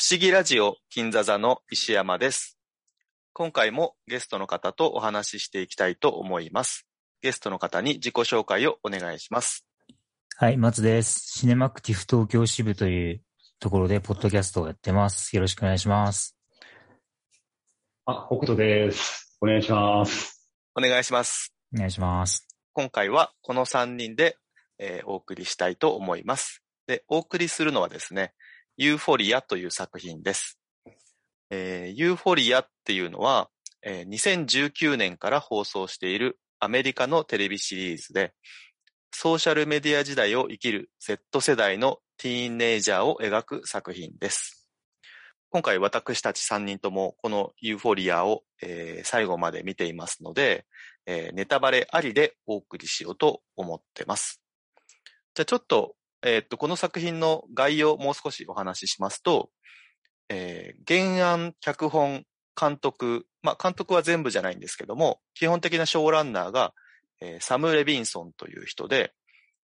思議ラジオ金座座の石山です。今回もゲストの方とお話ししていきたいと思います。ゲストの方に自己紹介をお願いします。はい、松です。シネマクティフ東京支部というところで、ポッドキャストをやってます。よろしくお願いします。あ、北斗です。お願いします。お願いします。お願いします。今回はこの3人で、えーお送りしたいと思います。で、お送りするのはですね、ユーフォリアという作品です。えーユーフォリアっていうのは、えー2019年から放送しているアメリカのテレビシリーズで、ソーシャルメディア時代を生きる Z 世代のティーンネイジャーを描く作品です。今回私たち3人ともこのユーフォリアを、えー最後まで見ていますので、えーネタバレありでお送りしようと思ってます。じゃあちょっと、えーっと、この作品の概要をもう少しお話ししますと、えー原案、脚本、監督、まあ、監督は全部じゃないんですけども、基本的なショーランナーが、えーサム・レビンソンという人で、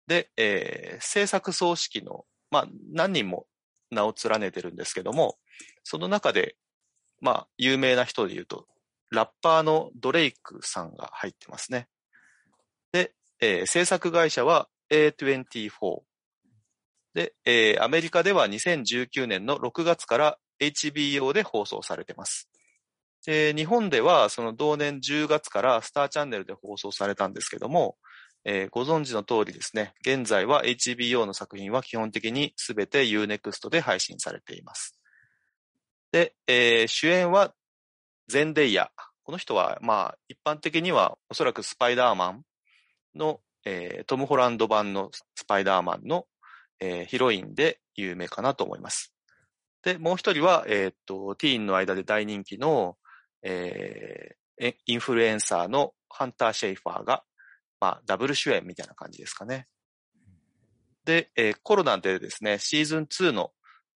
で、えー制作総指揮の、まあ、何人も名を連ねてるんですけども、その中で、まあ、有名な人で言うと、ラッパーのドレイクさんが入ってますね。で、えー制作会社は A24。で、えーアメリカでは2019年の6月から HBO で放送されてます。で、日本ではその同年10月からスターチャンネルで放送されたんですけども、えーご存知の通りですね、現在は HBO の作品は基本的にすべて Unext で配信されています。で、えー主演はゼンデイヤ。この人は、まあ、一般的にはおそらくスパイダーマンの、えートム・ホランド版のスパイダーマンの、えーヒロインで有名かなと思います。で、もう一人は、えーっと、ティーンの間で大人気の、えーえインフルエンサーのハンター・シェイファーが、まあ、ダブル主演みたいな感じですかね。で、えーコロナでですね、シーズン2の、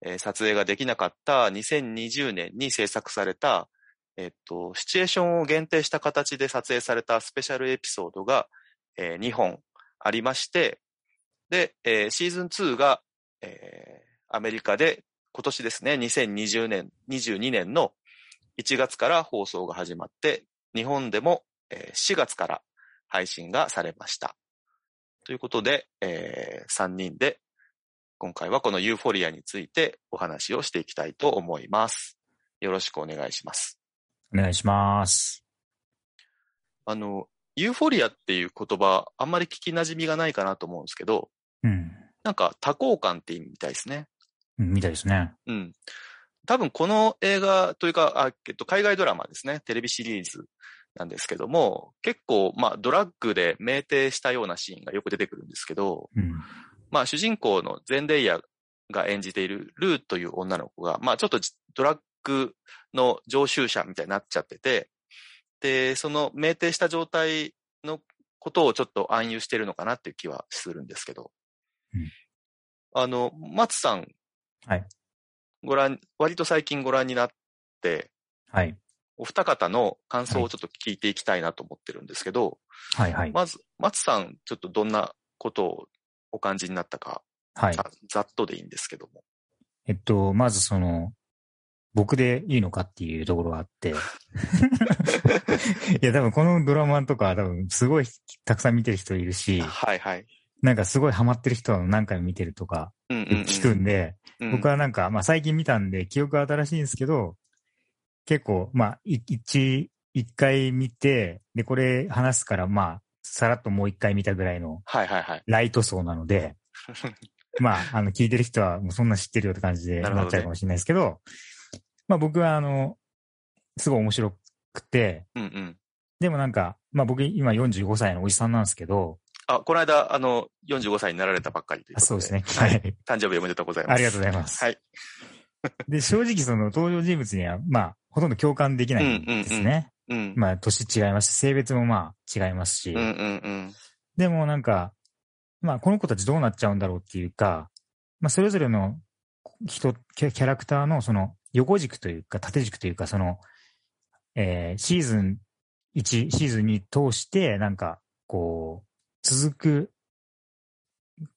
えー撮影ができなかった2020年に制作された、えっと、シチュエーションを限定した形で撮影されたスペシャルエピソードが、え2本ありまして、で、えーシーズン2が、えーアメリカで今年ですね、2020年、22年の1月から放送が始まって、日本でも、えー4月から配信がされました。ということで、え3人で今回はこのユーフォリアについてお話をしていきたいと思います。よろしくお願いします。お願いします。あの、ユーフォリアっていう言葉、あんまり聞き馴染みがないかなと思うんですけど、うん。なんか多幸感って意味みたいですね。うんみたいですね。うん。多分この映画というか、あえっと、海外ドラマですね。テレビシリーズなんですけども、結構、まあ、ドラッグで酩酊したようなシーンがよく出てくるんですけど、うん。まあ、主人公のゼンデイヤが演じているルーという女の子が、まあ、ちょっとじドラッグの常習者みたいになっちゃってて、で、その酩酊した状態のことをちょっと暗喩してるのかなっていう気はするんですけど。うんあの、松さん。はいご覧、割と最近ご覧になって、はい。お二方の感想をちょっと聞いていきたいなと思ってるんですけど、はいはい。まず、松さん、ちょっとどんなことをお感じになったかはい。ざざっとでいいんですけども。えっと、まずその、僕でいいのかっていうところがあ って。いや、多分このドラマとか、多分すごいたくさん見てる人いるし、はいはい。なんかすごいハマってる人は何回も見てるとか、うんうんうん聞くんで、うん僕はなんか、まあ最近見たんで、記憶は新しいんですけど、結構、まあ、い一、一回見て、で、これ話すから、まあ、さらっともう一回見たぐらいのはいはいはい。ライト層な ので、まあ、あの、聞いてる人はもうそんな知ってるよって感じでなるほどねなっちゃうかもしれないですけど、まあ僕は、あの、すごい面白くて、うんうん。でもなんか、まあ僕今45歳のおじさんなんですけど、あ、この間、あの、45歳になられたばっかりというあことで。そうですね。は。はいい。誕生日おめでとうございます。ありがとうございます。はい。で、正直その登場人物には、まあ、ほとんど共感できないんですうんうんね。うん。まあ、年違いますし、性別もまあ違いますし、うんうんうん。でもなんか、まあ、この子たちどうなっちゃうんだろうっていうか、まあ、それぞれの人、キャキャラクターのその横軸というか、縦軸というか、その、えーシーズン1、シーズン2通して、なんか、こう、続く、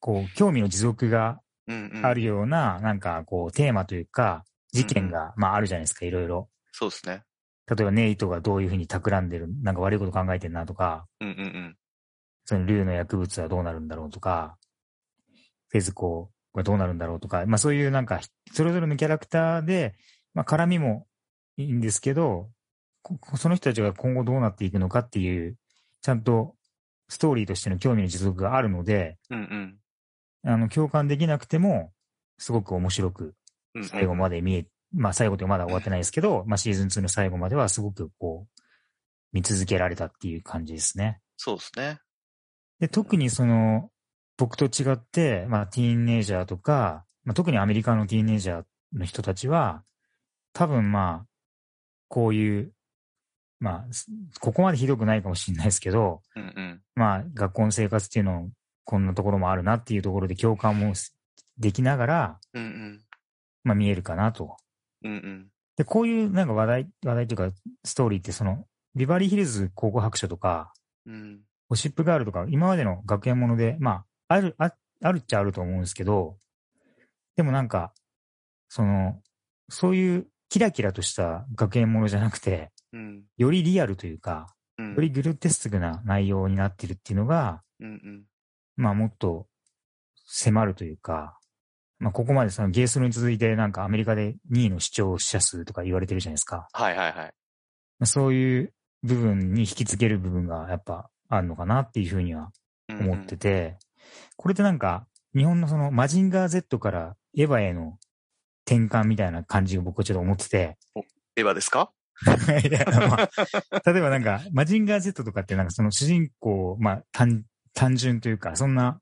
こう、興味の持続がうんうん。あるような、なんかこう、テーマというか、事件が、まああるじゃないですか、いろいろ。そうですね。例えばネイトがどういうふうに企んでる、なんか悪いこと考えてるなとか、うんうんうん。その竜の薬物はどうなるんだろうとか、フェズコはどうなるんだろうとか、まあそういうなんか、それぞれのキャラクターで、まあ絡みもいいんですけど、こその人たちが今後どうなっていくのかっていう、ちゃんとストーリーとしての興味の持続があるので、うんうんあの、共感できなくても、すごく面白く、うんうん。最後まで見え、まあ最後というかまだ終わってないですけど、まあシーズン2の最後まではすごくこう、見続けられたっていう感じですね。そうですね。で、特にその、僕と違って、まあ、ティーンエイジャーとか、まあ、特にアメリカのティーンエイジャーの人たちは、多分まあ、こういう、まあ、すここまでひどくないかもしれないですけど、うんうん。まあ、学校の生活っていうの、こんなところもあるなっていうところで共感もすできながら、うんうん。まあ、見えるかなと。うんうん。で、こういうなんか話題、話題というか、ストーリーって、その、ビバリーヒルズ高校白書とか、うんゴシップガールとか、今までの学園もので、まあ、ある、ああるっちゃあると思うんですけど、でもなんか、その、そういうキラキラとした学園ものじゃなくて、うん。よりリアルというか、うん。よりグルテスクな内容になってるっていうのが、うんうん。まあもっと迫るというか、まあここまでそのゲースルに続いてなんかアメリカで2位の視聴者数とか言われてるじゃないですか。はいはいはい。まあそういう部分に引きつける部分がやっぱあるのかなっていうふうにはうんうん思ってて、これってなんか、日本のそのマジンガー Z からエヴァへの転換みたいな感じを僕はちょっと思っ てて、エヴァですかいやまあ例えばなんか、マジンガー Z とかってなんかその主人公を、まあ単、単純というか、そんな、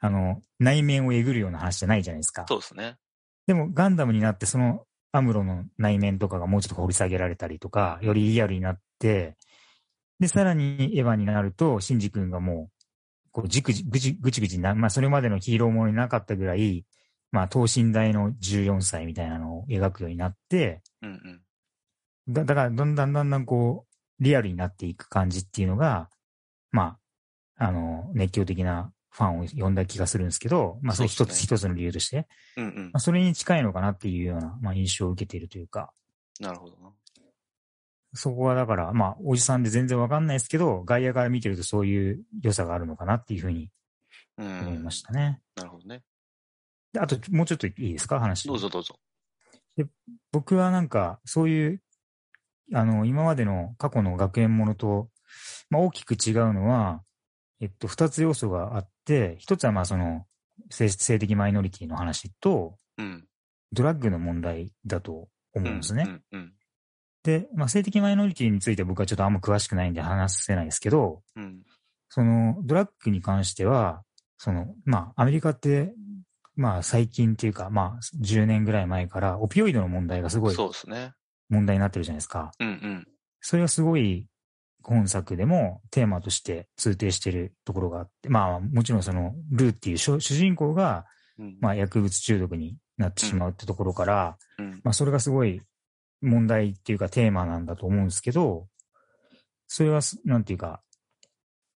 あの、内面をえぐるような話じゃないじゃないですか。そうですね。でもガンダムになってそのアムロの内面とかがもうちょっと掘り下げられたりとか、よりリアルになって、で、さらにエヴァになると、シンジ君がもう、こう、じくじ、ぐじ、ぐちぐちな、まあ、それまでのヒーローものになかったぐらい、まあ、等身大の14歳みたいなのを描くようになって、うんうん。だだから、だんだんだんだんこう、リアルになっていく感じっていうのが、まあ、あの、熱狂的なファンを呼んだ気がするんですけど、まあ、それ一そうでつ、すね一つの理由として。うんうんまあ、。それに近いのかなっていうような、まあ、印象を受けているというか、なるほどな。そこはだから、まあ、おじさんで全然わかんないですけど、外野から見てるとそういう良さがあるのかなっていうふうにうん思いましたね。なるほどね。であと、もうちょっといいですか、話。どうぞどうぞ。僕はなんか、そういう、あの、今までの過去の学園ものと、まあ、大きく違うのは、えっと、二つ要素があって、一つはまあ、その、性性的マイノリティの話と、うん。ドラッグの問題だと思うんですね。うんうんで、まあ、性的マイノリティについては僕はちょっとあんま詳しくないんで話せないですけど、うん。うん。そのドラッグに関しては、その、まあ、アメリカって、まあ、最近っていうか、まあ、10年ぐらい前から、オピオイドの問題がすごいそうですね。問題になってるじゃないですか。うんうん。それはすごい本作でもテーマとして通底してるところがあって、まあ、もちろんその、ルーっていう主主人公が、うんまあ、薬物中毒になってしまうってところから、うんまあ、それがすごい問題っていうかテーマなんだと思うんですけど、それはす、なんていうか、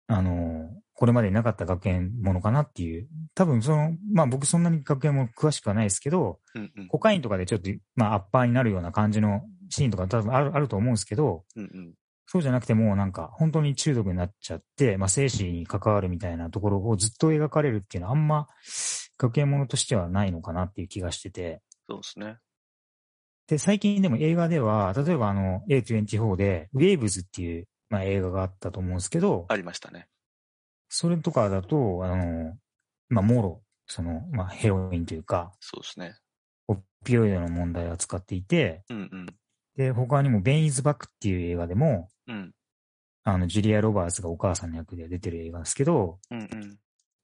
あの、これまでになかった学園ものかなっていう。多分その、まあ僕そんなに学園も詳しくはないですけど、うんうんコカインとかでちょっと、まあアッパーになるような感じのシーンとか多分あるあると思うんですけど、うんうんそうじゃなくてもうなんか本当に中毒になっちゃって、まあ生死に関わるみたいなところをずっと描かれるっていうのはあんま学園ものとしてはないのかなっていう気がしてて、そうですね。で、最近でも映画では、例えばあの、A24 で、ウェーブズっていう、まあ、映画があったと思うんですけど、ありましたね。それとかだと、あの、まあ、もろ、その、まあ、ヘロインというか、そうですね。オピオイドの問題を扱っていて、うんうん。で、他にも、ベイン・イズ・バックっていう映画でも、うん。あの、ジュリア・ロバーツがお母さんの役で出てる映画ですけど、うん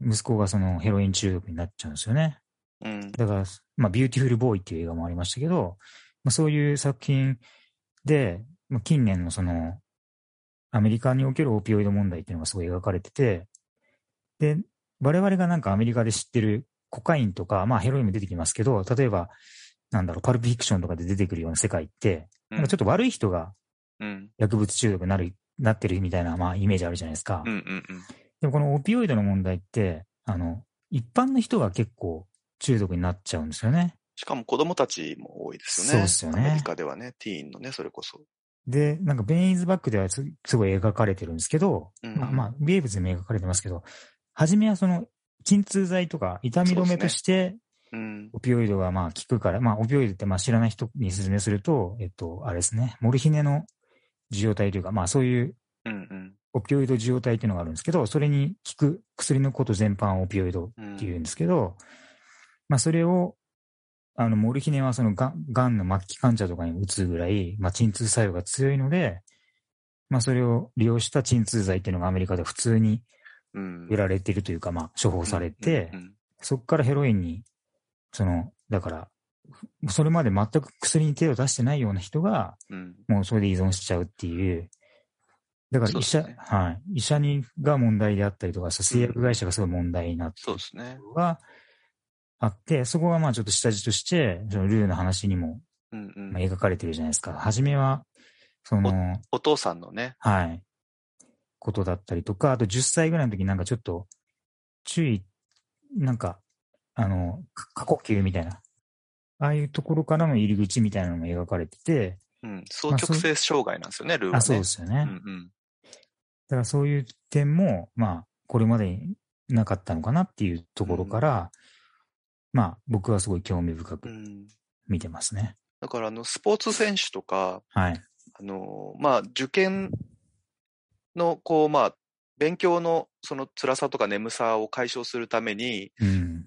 うん。息子がそのヘロイン中毒になっちゃうんですよね。うん。だから、まあ、ビューティフルボーイっていう映画もありましたけど、まあ、そういう作品で、まあ、近年のその、アメリカにおけるオピオイド問題っていうのがすごい描かれてて、で、我々がなんかアメリカで知ってるコカインとか、まあヘロインも出てきますけど、例えば、なんだろう、パルプフィクションとかで出てくるような世界って、なんかちょっと悪い人がうん。薬物中毒になる、なってるみたいな、まあイメージあるじゃないですか。うんうんうん。でもこのオピオイドの問題って、あの、一般の人が結構中毒になっちゃうんですよね。しかも子供たちも多いですよね。そうですよねアメリカではね、ティーンのね、それこそ。で、なんかベインズバックではすすごい描かれてるんですけど、うんまあ、まあ、ウェーブズでも描かれてますけど、初めはその、鎮痛剤とか痛み止めとして、うん。オピオイドがまあ効くから、まあ、オピオイドってまあ知らない人に説明すると、えっと、あれですね、モルヒネの受容体というか、まあそういううんオピオイド受容体っていうのがあるんですけど、それに効く薬のこと全般をオピオイドうん。っていうんですけど、まあそれを、あの、モルヒネはそのがん、がんの末期患者とかに打つぐらい、まあ鎮痛作用が強いので、まあそれを利用した鎮痛剤っていうのがアメリカで普通にうん。売られてるというか、まあ処方されてう、んそこからヘロインに、その、だから、ふそれまで全く薬に手を出してないような人が、うんうん。もうそれで依存しちゃうっていう。だから医そうで者、すねはい。医者にが問題であったりとか、そう製薬会社がすごい問題になってそうですね。があって、そこがまあちょっと下地として、そのルーの話にもうんうまあん。描かれてるじゃないですか。初めは、その、お父さんのね、はい、ことだったりとか、あと10歳ぐらいの時になんかちょっと、注意、なんか、あの、か過呼吸みたいな、ああいうところからの入り口みたいなのも描かれてて、うん、双極性障害なんですよね、ルーはね。あ、そうですよね。うんうん。だからそういう点も、まあ、これまでになかったのかなっていうところから、まあ、僕はすごい興味深うくん。見てますね。だから、あの、スポーツ選手とか、はい。あの、まあ、受験の、こう、まあ、勉強のその辛さとか眠さを解消するためにうん。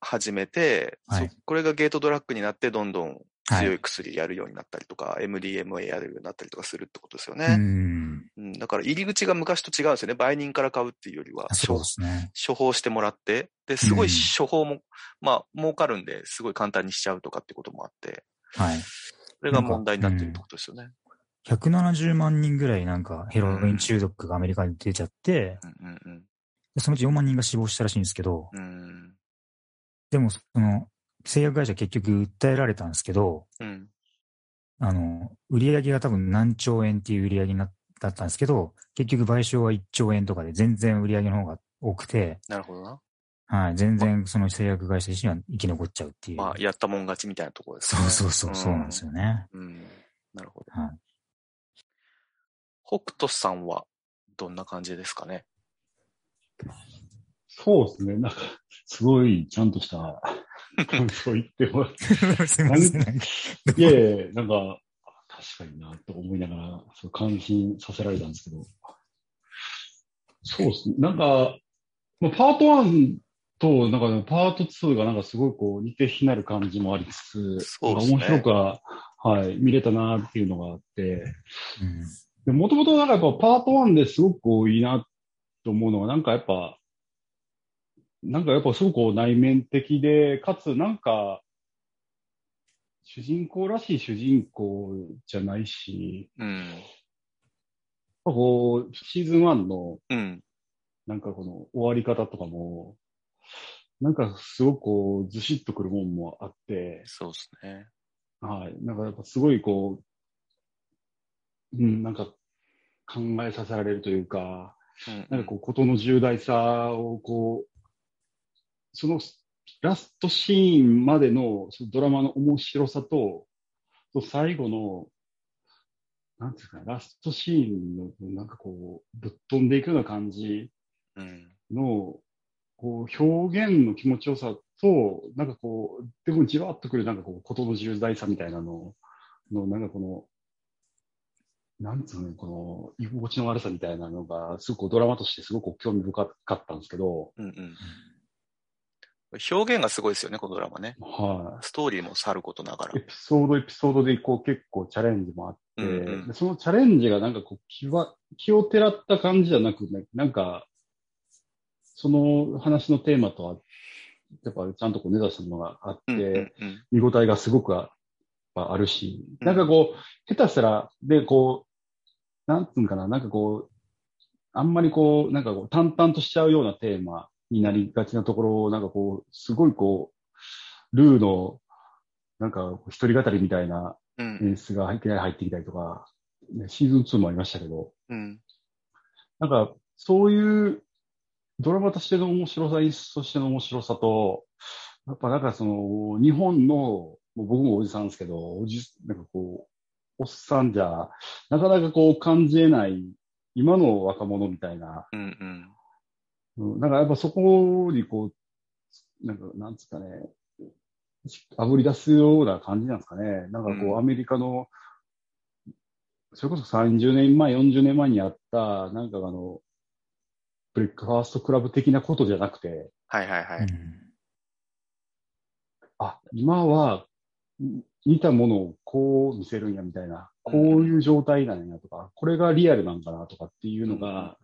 始めて、はいそこれがゲートドラッグになって、どんどんは強い。い薬やるようになったりとか、MDMA やるようになったりとかするってことですようね。ん。うん、だから入り口が昔と違うんですよね。売人から買うっていうよりは、そうですね。処方してもらって、で、すごいうん処方も、まあ、儲かるんで、すごい簡単にしちゃうとかってこともあって、はい。それが問題になってるってことですよね。 170万人ぐらいなんかヘロイン中毒がアメリカで出ちゃって、うんうんそのうち4万人が死亡したらしいんですけど、うん。うん。でもその製薬会社結局訴えられたんですけど、うん。あの、売り上げが多分何兆円っていう売り上げになだったんですけど、結局賠償は1兆円とかで全然売り上げの方が多くて、なるほどな。はい、全然その製薬会社自身は生き残っちゃうっていう。まあ、やったもん勝ちみたいなところですそね。うそうそう、そうなんですよね。うん。うん。なるほど。はい北斗さんは、どんな感じですかね。そうですね。なんか、すごい、ちゃんとした感想言ってもらっ すいません。なんかて。いやいやなんか、確かにな、と思いながら、そう感心させられたんですけど。そうですね。なんか、まあ、パート1と、なんか、パート2がなんかすごいこう、似て非なる感じもありつつ、そうですねなんか面白くは、はい、見れたなっていうのがあって、うんで、もともとなんかやっぱパート1ですごくこういいなと思うのは、なんかやっぱ、なんかやっぱすごくこう内面的で、かつなんか、主人公らしい主人公じゃないし、うん。やっぱこう、シーズン1のうん。なんかこの終わり方とかも、なんかすごくこう、ずしっとくるもんもあって、そうですね。はい。なんかやっぱすごいこう、うん、なんか考えさせられるというか、うんなんかこう、ことの重大さをこう、そのラストシーンまでのそのドラマの面白さと、と最後の、なんていうかな、ラストシーンの、なんかこう、ぶっ飛んでいくような感じう。うん。の、こう、表現の気持ちよさと、なんかこう、でもじわっとくる、なんかこう、ことの重大さみたいなの、の、なんかこの、なんつうのね、この、居心地の悪さみたいなのが、すごくドラマとしてすごく興味深かったんですけど、うんうん。表現がすごいですよね、このドラマね。はストーリーもさることながらい。エ。ピソードエピソードで、こう、結構チャレンジもあって、うんうんでそのチャレンジがなんかこう、気は、気をてらった感じじゃなくね、なんか、その話のテーマとは、やっぱちゃんとこう根ざしたものがあって、うんうんうん見応えがすごくああるし、うんなんかこう、下手したら、で、こう、なんつうんかな、なんかこう、あんまりこう、なんかこう、淡々としちゃうようなテーマになりがちなところを、なんかこう、すごいこう、ルーの、なんかこう、一人語りみたいなうん演出が入って入ってきたりとか、ねシーズン2もありましたけど、うんなんか、そういうドラマとしての面白さ、演出としての面白さと、やっぱなんかその、日本の、もう僕もおじさんですけど、おじ、なんかこう、おっさんじゃ、なかなかこう感じえない、今の若者みたいな、うんうん。うん、なんかやっぱそこにこう、なんか、なんつうかね、あぶり出すような感じなんですかね。なんかこうう、んアメリカの、それこそ30年前、40年前にあった、なんかあの、ブレックファーストクラブ的なことじゃなくて、はいはいはい。うんあ、今は、ん見たものをこう見せるんやみたいな、こういう状態なんやとか、これがリアルなんかなとかっていうのが、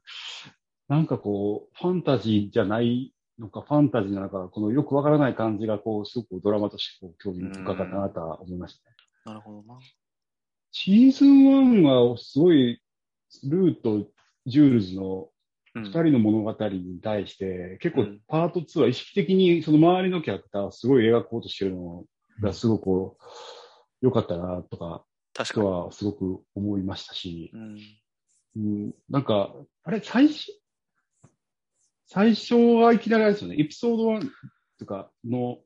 なんかこう、ファンタジーじゃないのか、ファンタジーなのか、このよくわからない感じが、こう、すごくドラマとしてこう興味深かったなとは思いましたね。なるほどな。シーズン1は、すごい、ルーとジュールズのうん二人の物語に対して、結構パート2は意識的にその周りのキャラクターをすごい描こうとしてるのがすごく良かったなとか、確かとに。はすごく思いましたし、うん。うん、なんか、あれ、最初、最初はいきなりあれですよね、エピソード1とかの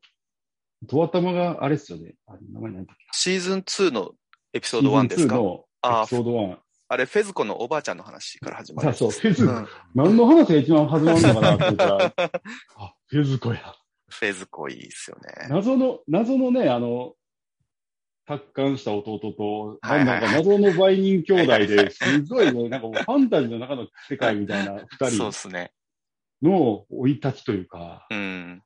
ドア玉があれですよね、あれ名前何だっけシーズン2のエピソード1ですシーズかン2のエあピソード1。あれ、フェズコのおばあちゃんの話から始まるあ、やつそう、です。フェズ、うん何の話が一番始まるのかなって言っ たら、あ、フェズコや。フェズコいいっすよね。謎の、謎のね、あの、達観した弟と、はいはいはいなんか謎の売人兄弟はいはいはで、すごいもうなんかもうファンタジーの中の世界みたいな二そう人ですね。の生い立ちというか、うん。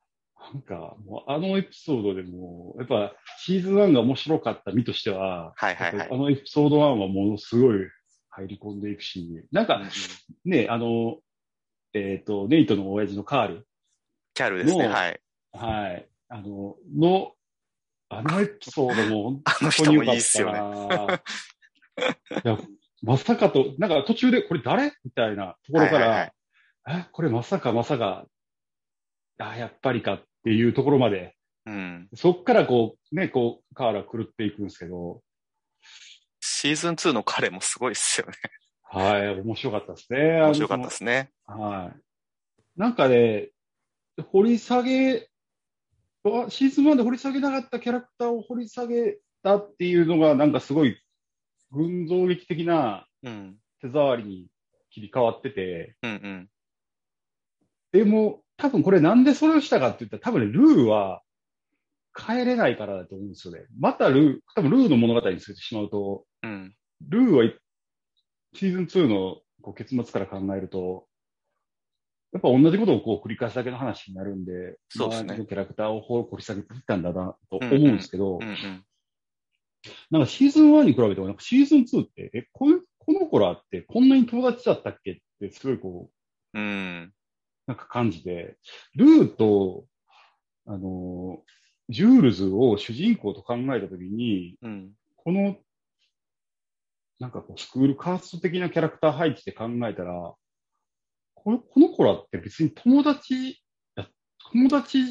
なんかもうあのエピソードでもう、やっぱシーズン1が面白かった身としては、はいはいはいあ。のエピソード1はものすごい入り込んでいくし、うなんんうかんね、あの、えっ、と、ネイトの親父のカール、キャルですね。のはい。はい。あの、の、あのエピソードもあの本人当にも良いかいっっすよね。たな。いや、まさかと、なんか途中でこれ誰みたいなところかはいはいら、え、これまさかまさか、あ、やっぱりかっていうところまで、うん。そっからこう、ね、こう、カーラ狂っていくんですけど、シーズン2の彼もすごいっすよね。はい、面白かったですね。面白かったですね。はい。なんかね、掘り下げ、あシーズン1で掘り下げなかったキャラクターを掘り下げたっていうのが、なんかすごい群像劇的なうん。手触りに切り替わってて、うんうん。でも、多分これなんでそれをしたかって言ったら、多分ね、ルーは変えれないからだと思うんですよね。またルー、多分ルーの物語にするてしまうと、うん。ルーはシーズン2のこう結末から考えると、やっぱ同じことをこう繰り返すだけの話になるんで、そうですね周りのキャラクターを掘り下げていったんだなとうん思うんうんですけうど、んうん。なんかシーズン1に比べても、なんかシーズン2って、え、こういうこの子らってこんなに友達だったっけってすごいこう、うん。なんか感じで、ルーと、あの、ジュールズを主人公と考えたときに、うん。この、なんかこう、スクールカースト的なキャラクター配置で考えたら、このこの子らって別に友達や、友達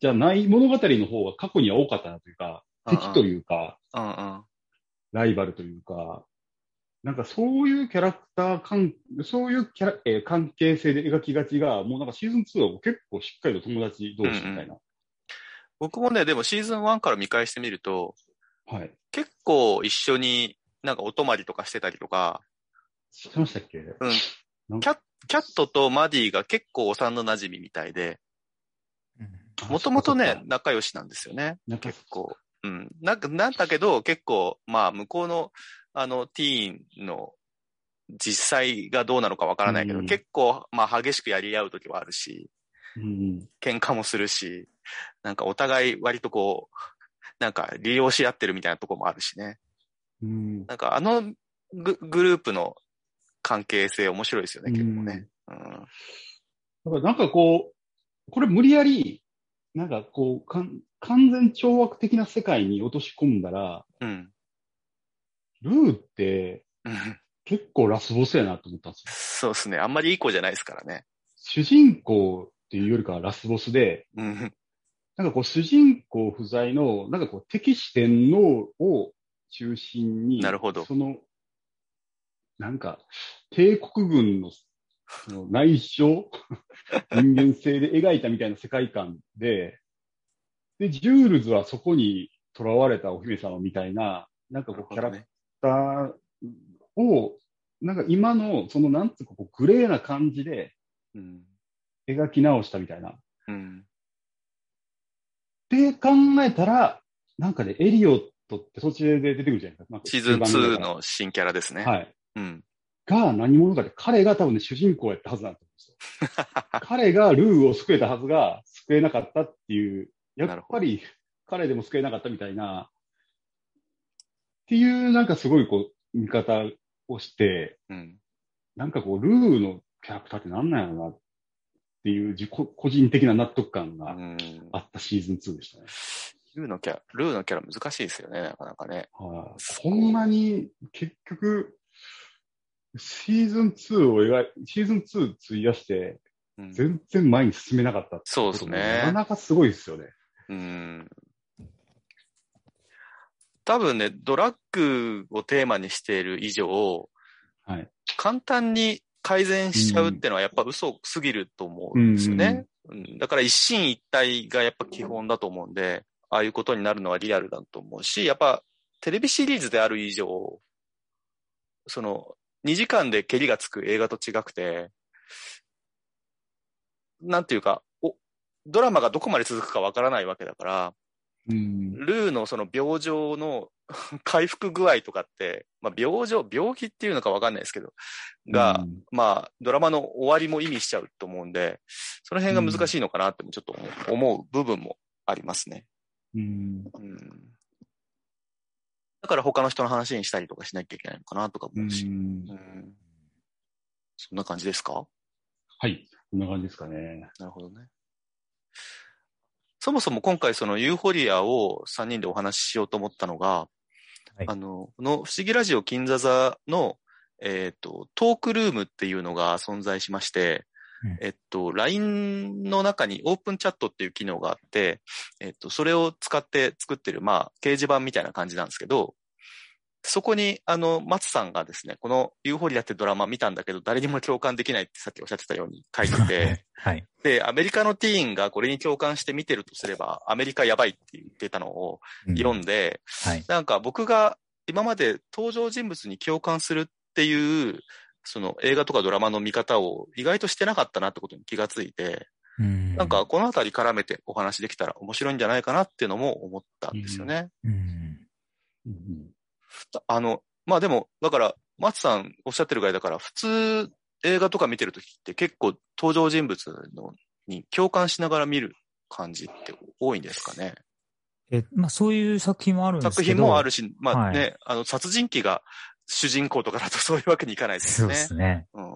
じゃない物語の方が過去には多かったなというか、敵とう。いうか、うんうん。ライバルというか、なんかそういうキャラクター関、そういうキャラ、えー関係性で描きがちが、もうなんかシーズン2はもう結構しっかりと友達同士みたいな。僕もね、でもシーズン1から見返してみると、はい。結構一緒になんかお泊まりとかしてたりとか、知ってましたっけうんキャットとマディが結構幼馴染みたいで、もともとね、、仲良しなんですよね。なんか結構。うん。なんか、なんだけど、結構、まあ、向こうの、あの、ティーンの実際がどうなのかわからないけど、うん結構、まあ、激しくやり合う時はあるし、うん。喧嘩もするし、なんかお互い割とこう、なんか利用し合ってるみたいなとこもあるしね。うん。なんかあのググループの関係性面白いですよね、結構ね。うん。だからなんかこう、これ無理やり、なんかこう、かん完全懲悪的な世界に落とし込んだら、うん。ルーってうん 結構ラスボスやなと思ったんですよ。そうですね。あんまりいい子じゃないですからね。主人公っていうよりかはラスボスで、うん。なんかこう主人公不在の、なんかこう敵視天皇を中心に、なるほどその、なんか帝国軍のそ の内情、人間性で描いたみたいな世界観で、で、ジュールズはそこに囚われたお姫様みたいな、なんかなるこう、ほキャどラクね。ターを、なんか今の、その、なんつうか、こうグレーな感じでうん。描き直したみたいな。っうん。て考えたら、なんかね、エリオットってそっちで出てくるじゃないですか。なんかシーズン中盤2ぐらいの新キャラですね。から。はい。うん。が何者かで、彼が多分ね、主人公やったはずなんですよ。 彼がルーを救えたはずが、救えなかったっていう、やなるっほぱり彼でも救えなかったみたいな、っていう、なんかすごいこう、見方をして、うん。なんかこう、ルーのキャラクターってなんなんやろなっていう自己、個人的な納得感うがん。あったシーズン2でしたね。ルーのキャラ、ルーのキャラ難しいですよね、なかなかね。はいすこごいんなに結局、シーズン2を描い、シーズン2費やして、うん、全然前に進めなかったってそうこですともなかね。なかすごいですよね。うん。多分ね、ドラッグをテーマにしている以上、はい簡単に改善しちゃうってのはやっぱ嘘すぎると思うんですよね。うん、だから一進一退がやっぱ基本だと思うんで、ああいうことになるのはリアルだと思うし、やっぱテレビシリーズである以上、その2時間で蹴りがつく映画と違くて、なんていうか、おドラマがどこまで続くかわからないわけだから、うん。ルーのその病状の 回復具合とかって、まあ、病状、病気っていうのかわかんないですけど、が、まあ、ドラマの終わりも意味しちゃうと思うんで、その辺が難しいのかなってもちょっと思う,、部分もありますね。うん、うん。だから他の人の話にしたりとかしなきゃいけないのかなとかう思うし。んうん。そんな感じですかはい。こんな感じですかね。なるほどね。そもそも今回そのユーフォリアを3人でお話ししようと思ったのが、はいあの、この不思議ラジオ金座座の、えっ、と、トークルームっていうのが存在しまして、うんえっと、LINE の中にオープンチャットっていう機能があって、えっと、それを使って作ってる、まあ、掲示板みたいな感じなんですけど、そこに、あの、松さんがですね、このユーフォリアってドラマ見たんだけど、誰にも共感できないってさっきおっしゃってたように書いて て、はい。で、アメリカのティーンがこれに共感して見てるとすれば、アメリカやばいって言ってたのをうん読んで、はい。なんか僕が今まで登場人物に共感するっていう、その映画とかドラマの見方を意外としてなかったなってことに気がついて、ななんか、このあたり絡めてお話できたら面白いんじゃないかなっていうのも思ったんですよね。うん。うんあの、まあでも、だから、松さんおっしゃってるぐらいだから、普通映画とか見てるときって結構登場人物のに共感しながら見る感じって多いんですかね。え、まあ、そういう作品もあるんです作けど。品もあるし、まあはいね、あの、殺人鬼が主人公とかだとそういうわけにいかないですそようでね。すね。うん。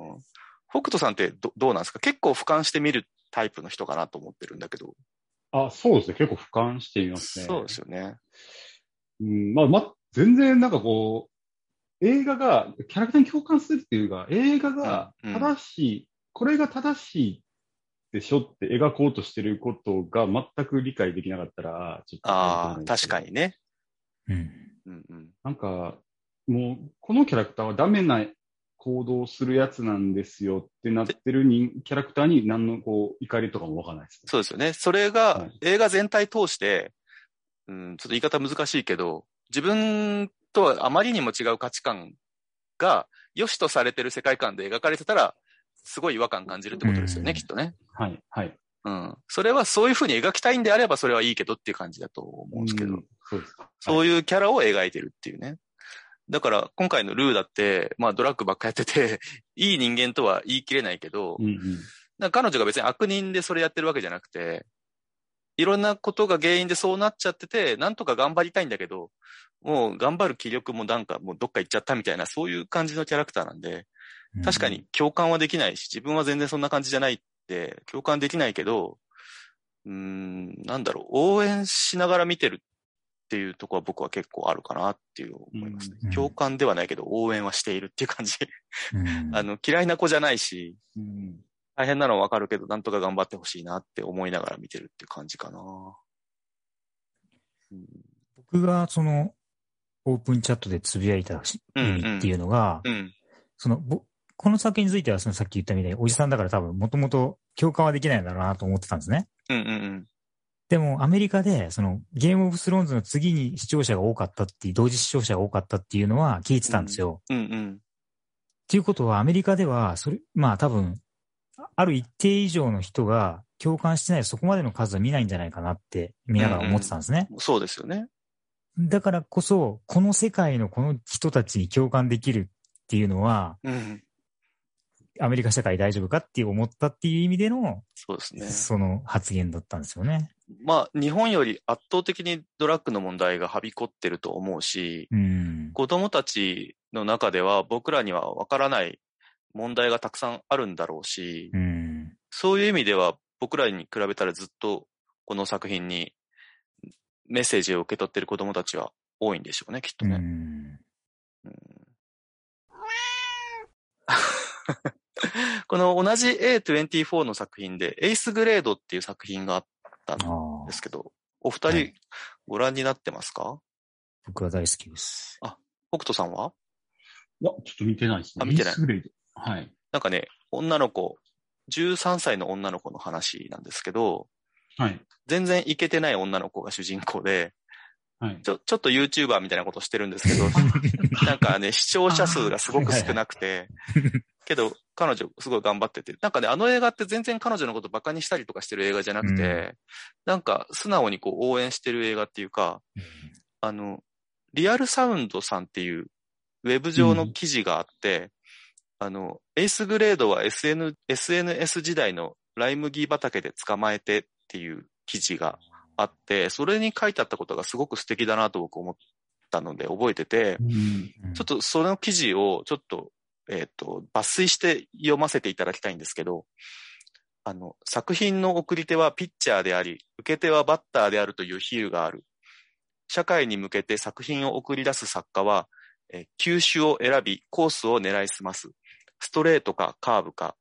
北斗さんってどどうなんですか結構俯瞰して見るタイプの人かなと思ってるんだけど。あ、そうですね。結構俯瞰してみますね。そうですよね。うん、まあ、ま、全然なんかこう、映画が、キャラクターに共感するっていうか、映画がうんうん正しい、これが正しいでしょって描こうとしてることが全く理解できなかったら、ちょっとああ、確か。にね。うん。うんうん。なんか、もう、このキャラクターはダメな行動をするやつなんですよってなってる人キャラクターに何のこう、怒りとかもわかんないですね。そうですよね。それはがい映画全体通して、うん、ちょっと言い方難しいけど、自分とはあまりにも違う価値観が良しとされてる世界観で描かれてたら、すごい違和感感じるってことですよね、うんきっとね。はい、はい。うん。それはそういうふうに描きたいんであれば、それはいいけどっていう感じだと思うんですけど、うんそうです。そういうキャラを描いてるっていうね。だから、今回のルーだって、まあドラッグばっかやってて、 いい人間とは言い切れないけど、うんうん。なんか彼女が別に悪人でそれやってるわけじゃなくて、いろんなことが原因でそうなっちゃってて、なんとか頑張りたいんだけど、もう頑張る気力もなんかもうどっか行っちゃったみたいな、そういう感じのキャラクターなんで、うん確かに共感はできないし、自分は全然そんな感じじゃないって、共感できないけど、うーん、なんだろう、応援しながら見てるっていうところは僕は結構あるかなっていう思いますねう。ん共感ではないけど、応援はしているっていう感じ。うんあの、嫌いな子じゃないし、うん大変なのはわかるけど、なんとか頑張ってほしいなって思いながら見てるって感じかな。うん僕がその、オープンチャットでつぶやいた意味っていうのが、うん。その、ぼこの作品については、そのさっき言ったみたいに、おじさんだから多分、もともと共感はできないんだろうなと思ってたんですね。うんうんうん。でも、アメリカで、その、ゲームオブスローンズの次に視聴者が多かったっていう、同時視聴者が多かったっていうのは聞いてたんですよ。うんうん。っていうことは、アメリカでは、それ、まあ多分、ある一定以上の人が共感してない、そこまでの数は見ないんじゃないかなって、見ながら思ってたんですね。そうですよね。だからこそ、この世界のこの人たちに共感できるっていうのは、うん。アメリカ社会大丈夫かって思ったっていう意味での、そうですね。その発言だったんですよね。まあ、日本より圧倒的にドラッグの問題がはびこってると思うし、うん。子供たちの中では僕らにはわからない問題がたくさんあるんだろうし、うん。そういう意味では僕らに比べたらずっとこの作品にメッセージを受け取ってる子供たちは多いんでしょうね、きっとうね。ん。この同じ A24 の作品でエイスグレードっていう作品があったんああで、すけど、お二は人いご覧になってますか僕は大好きです。北斗さんはいや、ちょっと見てないですね。あ見てないイースグレイドはい。なんかね、女の子、13歳の女の子の話なんですけど、はい。全然イケてない女の子が主人公で、はいち。ょ、ちょっと YouTuber みたいなことしてるんですけ ど、なんかね、視聴者数がすごく少なく て、けど、彼女すごい頑張ってて、なんかね、あの映画って全然彼女のことバカにしたりとかしてる映画じゃなくて、うんなんか素直にこう応援してる映画っていうか、あの、リアルサウンドさんっていうウェブ上の記事があって、あの、エースグレードは SN SNS 時代のライ麦畑で捕まえてっていう記事があって、それに書いてあったことがすごく素敵だなと僕思ったので覚えてて、うんうんちょっとその記事をちょっと、えっ、と、抜粋して読ませていただきたいんですけど、あの、作品の送り手はピッチャーであり、受け手はバッターであるという比喩がある。社会に向けて作品を送り出す作家は、えー球種を選び、コースを狙いすます。ストレートかカーブか。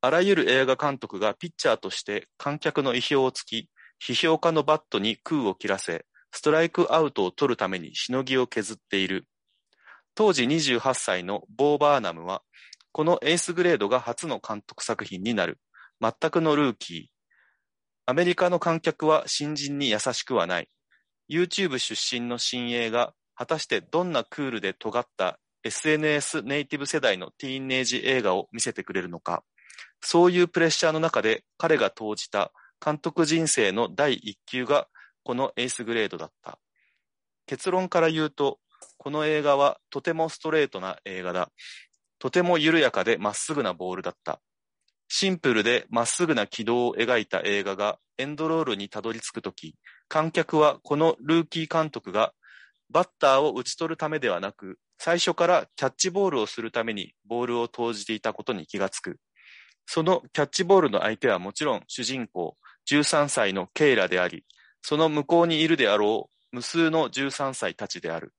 あらゆる映画監督がピッチャーとして観客の意表をつき、批評家のバットに空を切らせ、ストライクアウトを取るためにしのぎを削っている。当時28歳のボー・バーナムは、このエースグレードが初の監督作品になる。全くのルーキー。アメリカの観客は新人に優しくはない。YouTube 出身の新鋭が、果たしてどんなクールで尖った SNS ネイティブ世代のティーンエイジ映画を見せてくれるのか。そういうプレッシャーの中で彼が投じた監督人生の第一球がこのエースグレードだった。結論から言うと、この映画はとてもストレートな映画だ。とても緩やかでまっすぐなボールだった。シンプルでまっすぐな軌道を描いた映画がエンドロールにたどり着くとき、観客はこのルーキー監督がバッターを打ち取るためではなく、最初からキャッチボールをするためにボールを投じていたことに気がつく。そのキャッチボールの相手はもちろん主人公13歳のケイラであり、その向こうにいるであろう無数の13歳たちである。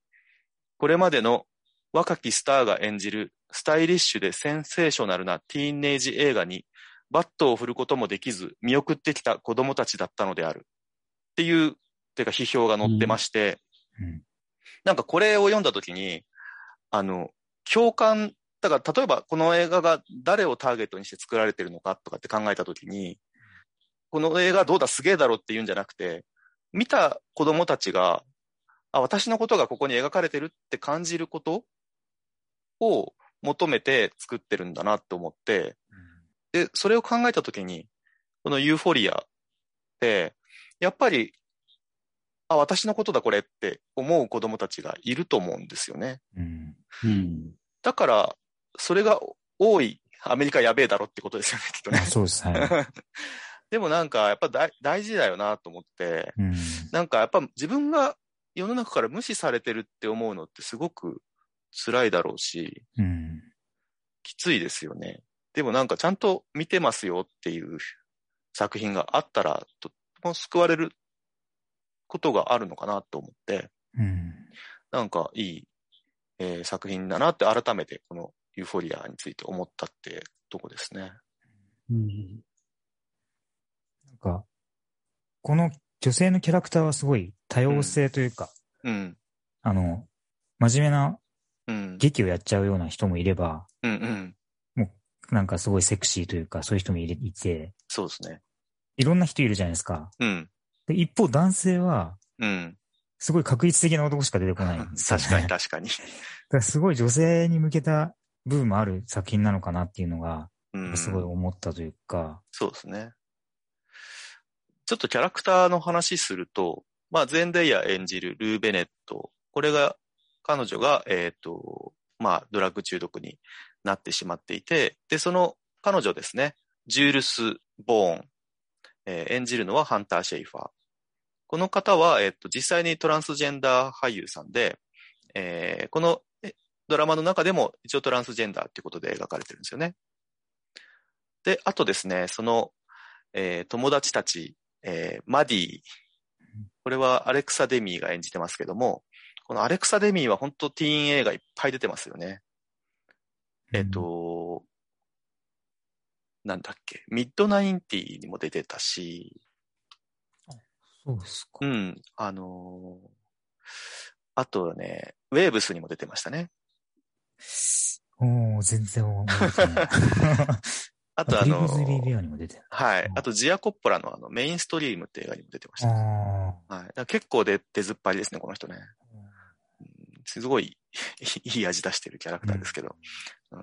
これまでの若きスターが演じるスタイリッシュでセンセーショナルなティーンエイジ映画にバットを振ることもできず見送ってきた子供たちだったのである。っていう、てか批評が載ってまして、うんなんかこれを読んだときに、あの、共感、だから例えばこの映画が誰をターゲットにして作られてるのかとかって考えたときに、この映画どうだすげえだろって言うんじゃなくて、見た子供たちが、あ、私のことがここに描かれてるって感じることを求めて作ってるんだなって思って、で、それを考えたときに、このユーフォリアって、やっぱり、あ、私のことだこれって思う子供たちがいると思うんですよね。うん。うん。だから、それが多いアメリカやべえだろってことですよね、きっとまあ ね。そうです。はい。でもなんか、やっぱ大大事だよなと思って、うん。なんかやっぱ自分が世の中から無視されてるって思うのってすごく辛いだろうし、うん。きついですよね。でもなんかちゃんと見てますよっていう作品があったら、とっても救われることがあるのかなと思って、うん。なんかいい、えー作品だなって改めてこのユーフォリアについて思ったってとこですね。うん。なんか、この女性のキャラクターはすごい多様性というか、うん。あの、真面目なうん。劇をやっちゃうような人もいれば、うんうん。なんかすごいセクシーというか、そういう人もいれいて、そうですね。いろんな人いるじゃないですか。うん。で、一方男性は、うん。すごい確率的な男しか出てこないんですよね。 確かに確かに。だからすごい女性に向けた部分もある作品なのかなっていうのが、うん。すごい思ったというか、そうですね。ちょっとキャラクターの話すると、まあ、ゼンデイヤ演じるルー・ベネット。これが、彼女が、えっ、と、まあ、ドラッグ中毒になってしまっていて、で、その彼女ですね、ジュールス・ボーン。えー演じるのはハンター・シェイファー。この方は、えっ、と、実際にトランスジェンダー俳優さんで、えーこのえドラマの中でも一応トランスジェンダーっていうことで描かれてるんですよね。で、あとですね、その、えー友達たち、えーマディ。これはアレクサ・デミーが演じてますけども、このアレクサ・デミーは本当ティーン映画いっぱい出てますよね。えっ、と、なんだっけ、ミッドナインティにも出てたし、そうですか。うん、あのーあとはね、ウェーブスにも出てましたね。おー全然思い つかない。あとああブリブのズリー・ーベアにも出てる。はい。あと、ジアコッポラのあの、メインストリームって映画にも出てましたね。あはい。だから結構で出ずっぱりですね、この人ね。うんすごい いい味出してるキャラクターですけど。うん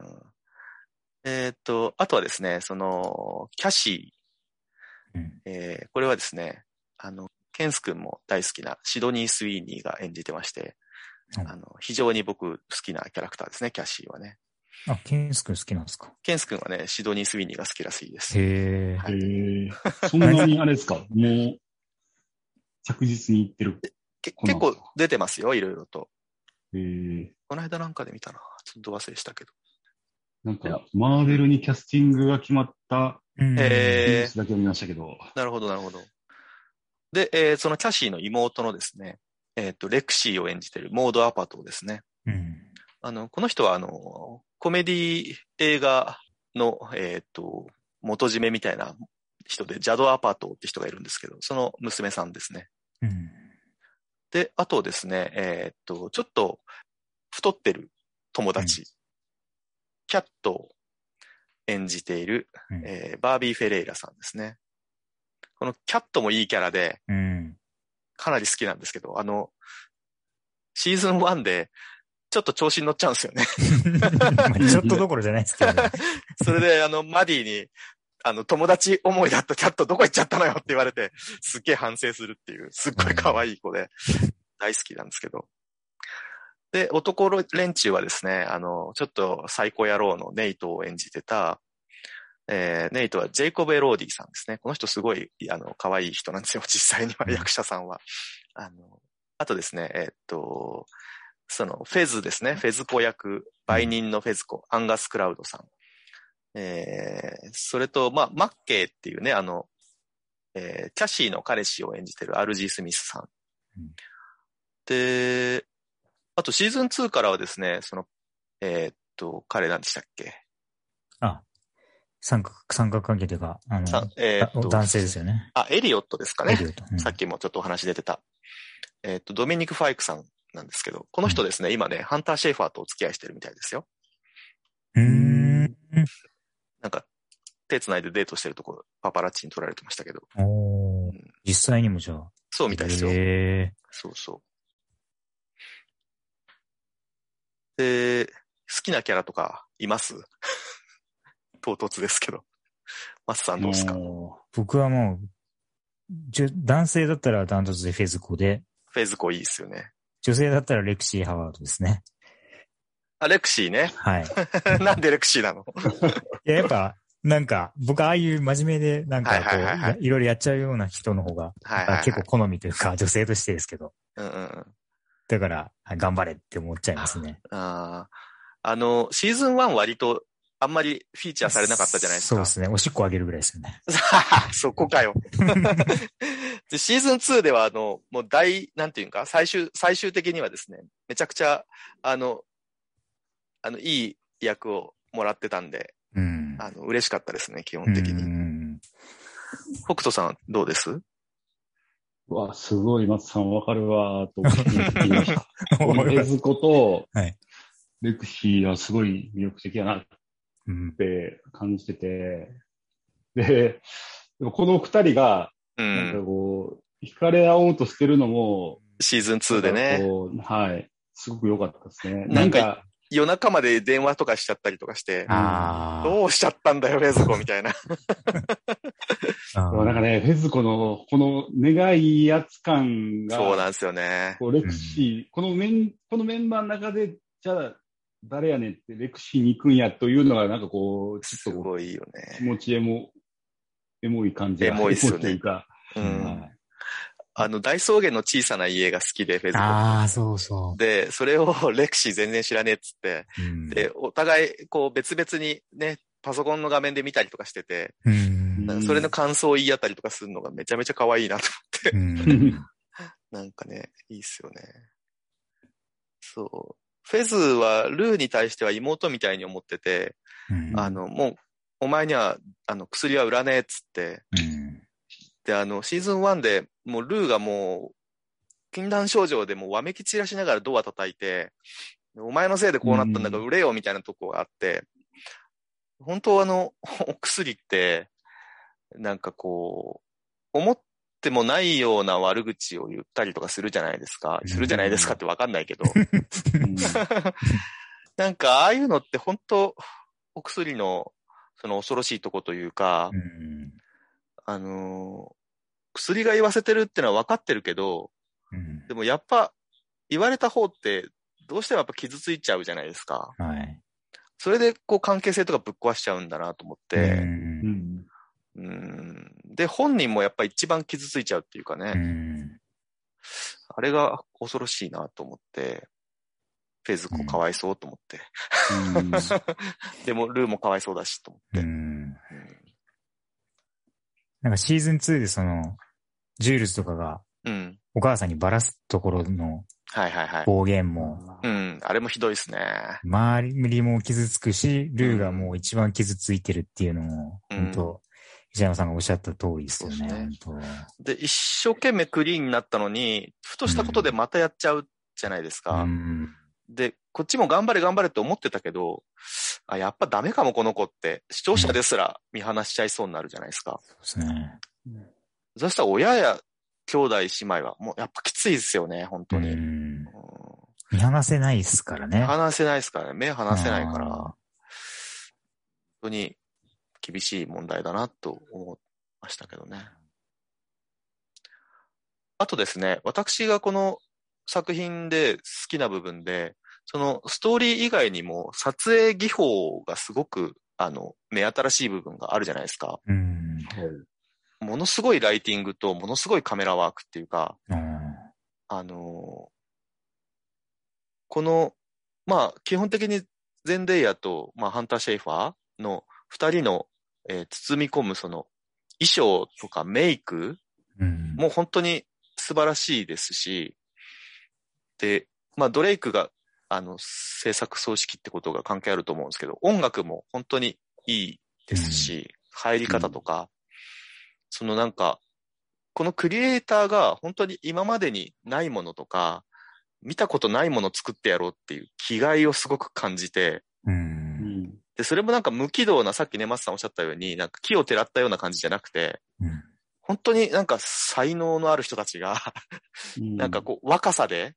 えーっと、あとはですね、その、キャシーうん。ー、えーこれはですね、あの、ケンス君も大好きなシドニー・スウィーニーが演じてまして、うんあの、非常に僕好きなキャラクターですね、キャシーはね。あ、ケンス君好きなんですか。ケンス君はね、シドニー・スウィーニーが好きらしいです。へはへいえそんなにあれですか もう、着実にいってる。けこんな結んですか構出てますよ、いろいろと。えー、この間なんかで見たな。ちょっと忘れしたけど。なんか、マーベルにキャスティングが決まったええ。ーニュースだけを見ましたけど、なるほど、なるほど。で、えーそのキャシーの妹のですね、えっ、と、レクシーを演じてるモード・アパトですね。うん。あの、この人は、あの、コメディ映画の、えっ、と、元締めみたいな人で、ジャド・アパトって人がいるんですけど、その娘さんですね。 うん。で、あとですね、えっ、と、ちょっと太ってる友達、キャットを演じている、うんえーバービー・フェレイラさんですね。このキャットもいいキャラで、うん。かなり好きなんですけど、あの、シーズン1で、ちょっと調子に乗っちゃうんですよね。まあちょっとどころじゃないですけどね。それで、あの、マディに、あの、友達思いだったキャットどこ行っちゃったのよって言われて、すっげえ反省するっていう、すっごい可愛い子で、大好きなんですけど。で、男連中はですね、あの、ちょっと最高野郎のネイトを演じてた、えーネイトはジェイコブ・エローディさんですね。この人すごい、あの、可愛い人なんですよ、実際には、うん役者さんは。あの、あとですね、えーっと、その、フェズですね、フェズ子役、売人のフェズ子、アンガス・クラウドさん。えーそれと、まあ、マッケーっていうね、あの、えーキャシーの彼氏を演じてる RG スミスさんうん。で、あとシーズン2からはですね、その、えーっと、彼なんでしたっけ、あ、三角、三角関係というか、あの、さえーっと、男性ですよね。あ、エリオットですかエねリ。オットうんさっきもちょっとお話出てた。えーっと、ドミニク・ファイクさんなんですけど、この人ですね、今ね、ハンター・シェイファーとお付き合いしてるみたいですよ。うーん。なんか、手繋いでデートしてるところ、パパラッチに撮られてましたけど、おーうん実際にもじゃあ。そうみたいですよ。へそうそう。で、好きなキャラとかいます 唐突ですけど。マスさんどうですかあフのー僕はもう、じゅ男性だったらダントツでフェズコで、ェーズコいいですよね。女性だったらレクシー・ハワードですね。。あ、レクシーね はい。いなんでレクシーなのや、やっぱ、なんか、僕ああいう真面目で、なんかこはう、いはいはいはいやいろいろやっちゃうような人の方が、はいはい、はい。結構好みというか、女性としてですけど。うんうんうん。だから、はい頑張れって思っちゃいますね。あーあの、シーズン1割とあんまりフィーチャーされなかったじゃないですか。そうですね。おしっこあげるぐらいですよね。 そこかよ。でシーズン2では、あの、もう大、なんていうんか、最終、最終的にはですね、めちゃくちゃ、あの、あの、いい役をもらってたんで、うん。あの、嬉しかったですね、基本的うに。ん北斗さん、どうですうわ、すごい、松さんわかるわ、と思って聞き ました。エズコとはい、レクシーはすごい魅力的やなっうんて感じてて、で、でもこの二人が、うなんかん。こう、惹かれ合おうとしてるのも、シーズン2でね、こう。はい。すごく良かったですね。ななんんかか、夜中まで電話とかしちゃったりとかして、あどうしちゃったんだよ、フェズコみたいな。あなんかね、フェズコの、この願いやつ感が、そうなんですよね。こうレクシー、このメン、このメンバーの中で、じゃあ、誰やねんって、レクシーに行くんやというのが、なんかこう、ちすょっとこごいいいようね。気持ちエモ、エモい感じエがモいっすよねエというか、う。うんはいあの、大草原の小さな家が好きで、フェズコ。ああ、そうそで、それを レクシー全然知らねえっつって、う。うんで、お互い、こう、別々にね、パソコンの画面で見たりとかしてて、うんなんかそれの感想を言い合ったりとかするのがめちゃめちゃ可愛いなと 思ってう。んなんかね、いいっすよね。そう。フェズはルーに対しては妹みたいに思ってて、うんあの、もう、お前には、あの、薬は売らねえっつって、うんで、あの、シーズン1でもうルーがもう、禁断症状でもうわめき散らしながらドア叩いて、でお前のせいでこうなったんだから売れよみたいなとこがあって、本当あの、 お薬って、なんかこう、思ってもないような悪口を言ったりとかするじゃないですか。するじゃないですかってわかんない けど。うんなんかああいうのって本当、お薬のその恐ろしいとこというか、うんあのー薬が言わせてるってのは分かってるけど、うんでもやっぱ言われた方ってどうしてもやっぱ傷ついちゃうじゃないですか。はい。それでこう関係性とかぶっ壊しちゃうんだなと思っうて、うんんうん、で、本人もやっぱ一番傷ついちゃうっていうかね、うんあれが恐ろしいなと思って、フェズコかわいそうと思って、うんでもルーもかわいそうだしと思うって。んなんかシーズン2でその、ジュールズとかがうん、お母さんにばらすところのはいはいはい。暴言も、うん、あれもひどいですね。周りも傷つくし、ルーがもう一番傷ついてるっていうのも、うん本当石山さんがおっしゃった通りですよそうね、ですね本当で、一生懸命クリーンになったのに、ふとしたことでまたやっちゃうじゃないですか。うんで、こっちも頑張れ頑張れって思ってたけど、あ、やっぱダメかもこの子って、視聴者ですら見放しちゃいそうになるじゃないですか。そうですね。そしたら親や兄弟姉妹は、もうやっぱきついですよね、本当に。ううんん見放せないですからね。離せないですからね、目離せないから、あー本当に厳しい問題だなと思いましたけどね。あとですね、私がこの作品で好きな部分で、そのストーリー以外にも撮影技法がすごく、あの、目新しい部分があるじゃないですか。うん。ものすごいライティングと、ものすごいカメラワークっていうか、うんあのーこの、まあ、基本的にゼンデイヤと、まあ、ハンター・シェイファーの二人の、えー包み込むその衣装とかメイクうんも本当に素晴らしいですし、で、まあ、ドレイクが、あの、制作葬式ってことが関係あると思うんですけど、音楽も本当にいいですし、入り方とか、そのなんか、このクリエイターが本当に今までにないものとか、見たことないものを作ってやろうっていう気概をすごく感じて、うん。で、それもなんか無軌道な、さっきね、松さんおっしゃったように、なんか木をてらったような感じじゃなくて、うん本当になんか才能のある人たちが、なんかこう、若さで、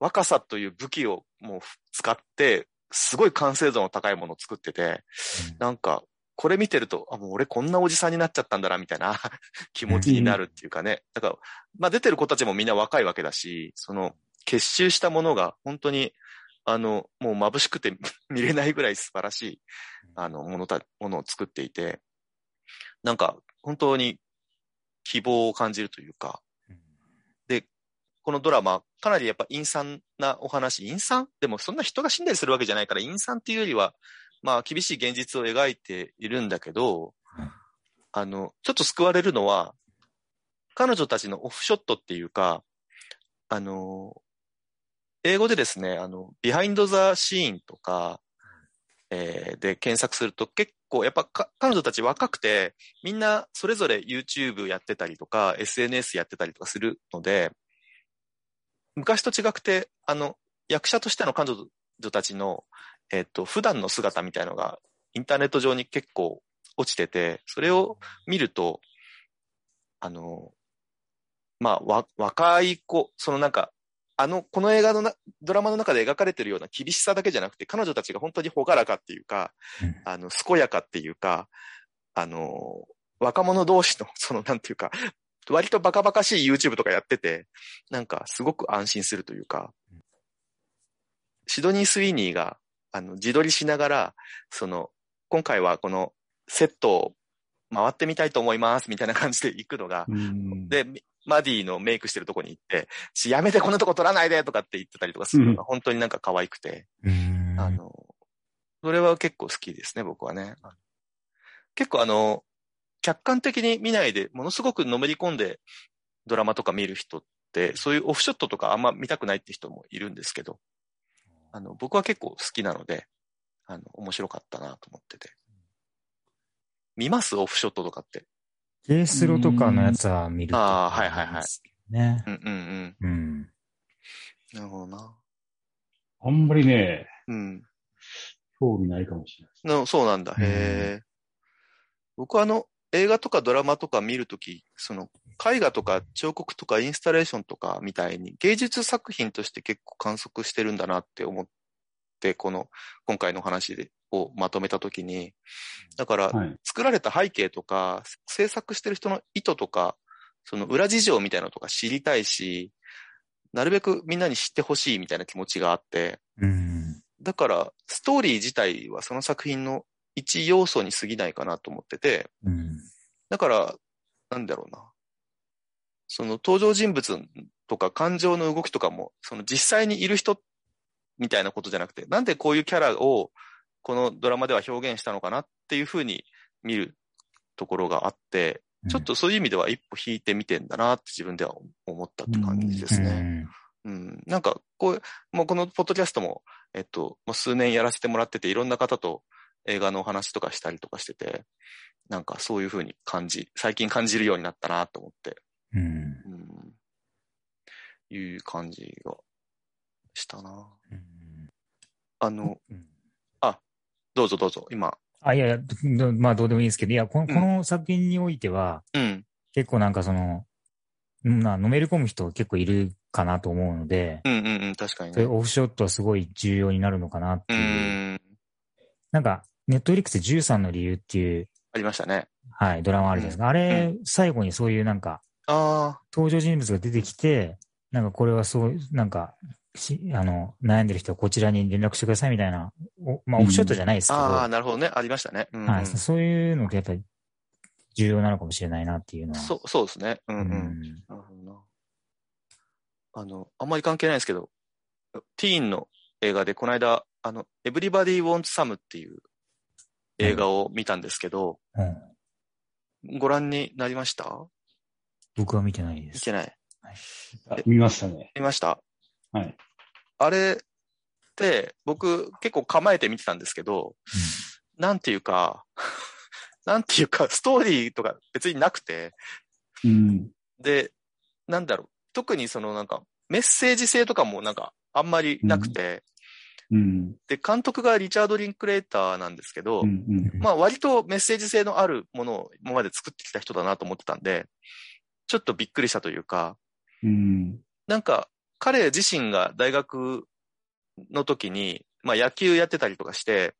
若さという武器をもう使って、すごい完成度の高いものを作ってて、なんか、これ見てると、あ、もう俺こんなおじさんになっちゃったんだな、み たいな気持ちになるっていうかね。だから、まあ出てる子たちもみんな若いわけだし、その、結集したものが本当に、あの、もう眩しくて 見れないぐらい素晴らしい、あの、ものた、ものを作っていて、なんか、本当に希望を感じるというか、このドラマ、かなりやっぱ陰惨なお話、陰惨でもそんな人が死んだりするわけじゃないから、陰惨っていうよりは、まあ厳しい現実を描いているんだけどうん、あの、ちょっと救われるのは、彼女たちのオフショットっていうか、あの、英語でですね、あの、ビハインドザシーンとか、えーで検索すると結構やっぱか彼女たち若くて、みんなそれぞれ YouTube やってたりとか、SNS やってたりとかするので、昔と違くて、あの、役者としての彼女たちの、えっ、と、普段の姿みたいのが、インターネット上に結構落ちてて、それを見ると、あの、まあ、わ、若い子、そのなんか、あの、この映画のな、ドラマの中で描かれてるような厳しさだけじゃなくて、彼女たちが本当に朗らかっていうかうん、あの、健やかっていうか、あの、若者同士の、 その、なんていうか、割とバカバカしい YouTube とかやってて、なんか、すごく安心するというか、シドニー・スウィーニーが、あの、自撮りしながら、その、今回はこのセットを回ってみたいと思います、みたいな感じで行くのが、うん、で、マディのメイクしてるとこに行って、しやめてこんなとこ撮らないでとかって言ってたりとかするのが本当になんか可愛くて、うんあの、それは結構好きですね、僕はね。結構あの、客観的に見ないで、ものすごくのめり込んでドラマとか見る人って、そういうオフショットとかあんま見たくないって人もいるんですけど、あの、僕は結構好きなので、あの、面白かったなと思ってて。見ますオフショットとかって。ケースロとかのやつは見るとあーはいはいはいねう。んうんうん。うん。なるほどな。あんまりね、うん。興味ないかもしれないです。の、そうなんだ。うんへえ。僕はあの、映画とかドラマとか見るとき、その、絵画とか彫刻とかインスタレーションとかみたいに芸術作品として結構観測してるんだなって思って、この、今回の話でをまとめたときに、だから、はい。作られた背景とか、制作してる人の意図とか、その裏事情みたいなのとか知りたいし、なるべくみんなに知ってほしいみたいな気持ちがあって、うん。だから、ストーリー自体はその作品の一要素に過ぎないかなと思ってて、うん。だから、なんだろうな。その登場人物とか感情の動きとかも、その実際にいる人みたいなことじゃなくて、なんでこういうキャラをこのドラマでは表現したのかなっていうふうに見るところがあって、ちょっとそういう意味では一歩引いてみてんだなって自分では思ったって感じですね。うん、なんか、こう、もうこのポッドキャストも、えっと、もう数年やらせてもらってて、いろんな方と映画のお話とかしたりとかしてて、なんかそういうふうに感じ、最近感じるようになったなと思って、うん。ううん。ん、いう感じがしたな。あの、うんどうぞどうぞ、今。あ、いやいや、どまあどうでもいいんですけど、いや、このこの作品においては、うん、結構なんかその、うんまあ、のめり込む人結構いるかなと思うので、うん、うん、うん、確かにそういうね。オフショットはすごい重要になるのかなってういう。ん、なんか、ネットフリックス13の理由っていう、ありましたね。はい、ドラマあるじゃないですか。あれ、最後にそういうなんか、あ登場人物が出てきて、なんかこれはそう、なんか、しあの、悩んでる人はこちらに連絡してくださいみたいな、おまあ、うんオフショットじゃないですあ、けど、ああ、なるほどね。ありましたね。うん、うはんい、そういうのってやっぱり重要なのかもしれないなっていうのは。そう、そうですね。うん、ううん。ん。なるほどな。あの、あんまり関係ないですけど、ティーンの映画で、この間、あの、エブリバディ・ウォンツ・サムっていう映画を見たんですけど、うんご覧になりました僕は見てないで見す。てない。あ見ましたね。見ましたはい。あれって、僕結構構えて見てたんですけど、なんていうか、 なんていうか、ストーリーとか別になくて、うん。で、なんだろう、特にそのなんか、メッセージ性とかもなんか、あんまりなくて、うん。で、監督がリチャード・リンクレーターなんですけど、うん。うん。まあ割とメッセージ性のあるものを今まで作ってきた人だなと思ってたんで、ちょっとびっくりしたというか、うん。なんか彼自身が大学の時に、まあ野球やってたりとかして、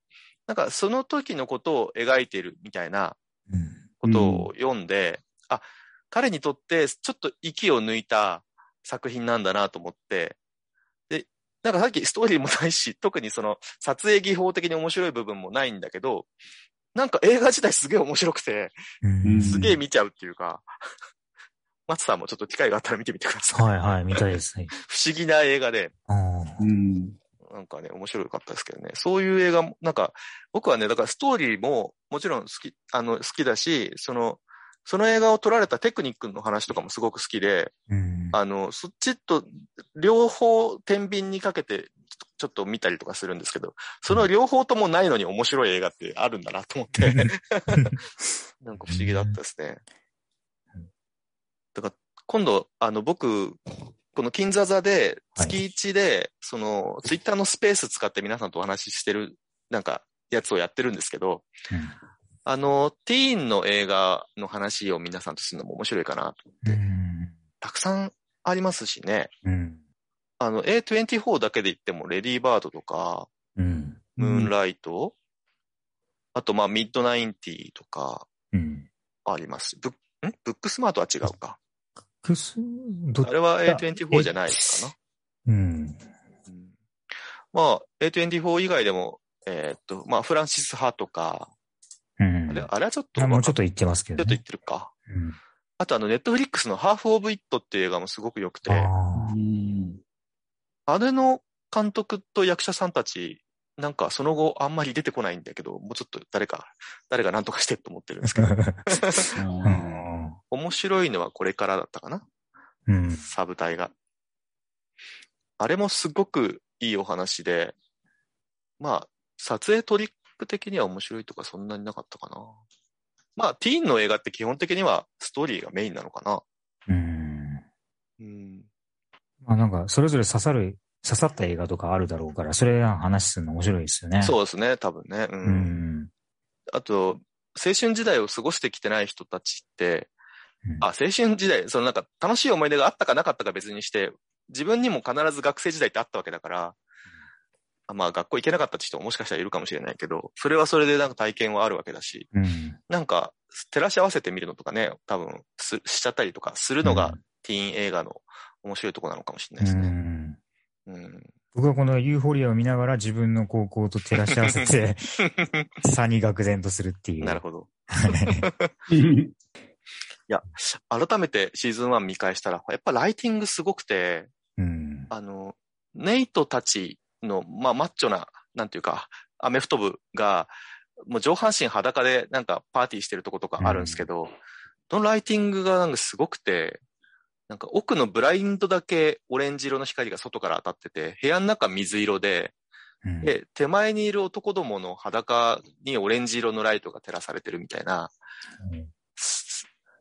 なんかその時のことを描いているみたいなうん。ことを読んで、あ、彼にとってちょっと息を抜いた作品なんだなと思って、で、なんかさっきストーリーもないし、特にその撮影技法的に面白い部分もないんだけど、なんか映画自体すげえ面白くて、うんうんすげえ見ちゃうっていうか、 松さんもちょっと機会があったら見てみてください。はいはい、見たいです。はい不思議な映画で、あうーん。なんかね、面白かったですけどね。そういう映画も、なんか、僕はね、だからストーリーももちろん好き、あの、好きだし、その、その映画を撮られたテクニックの話とかもすごく好きで、うんあの、そっちと、両方、天秤にかけて、ちょっと見たりとかするんですけど、その両方ともないのに面白い映画ってあるんだなと思って、なんか不思議だったですねうん。だから、今度、あの、僕、この金座座で、はい月1で、その、ツイッターのスペース使って皆さんとお話ししてる、なんか、やつをやってるんですけど、あの、ティーンの映画の話を皆さんとするのも面白いかなとうんたくさんありますしね。 うん。あの、A24 だけで言っても、レディーバードとか、うん。ムーンライト、あと、まあ、ミッドナインティとかうん。あります。ブッんブックスマートは違うか。くす、どあれは A24 じゃないかな。うん。うんまあ、A24 以外でも、えーっと、まあ、フランシス派とか、うん。あれあれはちょっと、あもまうあちょっと言ってますちけょど、っと言っね。てるか。うんあと、あの、ネットフリックスのハーフ・オブ・イットっていう映画もすごく良くて、ああうん。れの監督と役者さんたち、なんかその後あんまり出てこないんだけど、もうちょっと誰か、誰が何とかしてと思ってるんですけど、ーあ面白いのはこれからだったかなうん。サブ隊が。あれもすごくいいお話で、まあ、撮影トリック的には面白いとかそんなになかったかな。まあ、ティーンの映画って基本的にはストーリーがメインなのかな。うん。うん。まあなんか、それぞれ刺さる、刺さった映画とかあるだろうから、それらの話するの面白いですよね。そうですね、多分ね。うう。ん。うん。あと、青春時代を過ごしてきてない人たちって、うんあ、青春時代、そのなんか楽しい思い出があったかなかったか別にして、自分にも必ず学生時代ってあったわけだから、あまあ学校行けなかったって人ももしかしたらいるかもしれないけど、それはそれでなんか体験はあるわけだし、うん。なんか照らし合わせてみるのとかね、多分すしちゃったりとかするのがティーン映画の面白いとこなのかもしれなういですね。ん。うん。僕はこのユーフォリアを見ながら自分の高校と照らし合わせて、 差に愕然とするっていう。 なるほど。ど。ー改めてシーズン1見返したら、やっぱライティングすごくて、 うん。あの、ネイトたちの、まあ、マッチョな、なんていうか、アメフト部が、もう上半身裸でなんかパーティーしてるとことかあるんですけど、そのライティングがなんかすごくて、なんか奥のブラインドだけオレンジ色の光が外から当たってて、部屋の中水色で、うんで、手前にいる男どもの裸にオレンジ色のライトが照らされてるみたいな。うん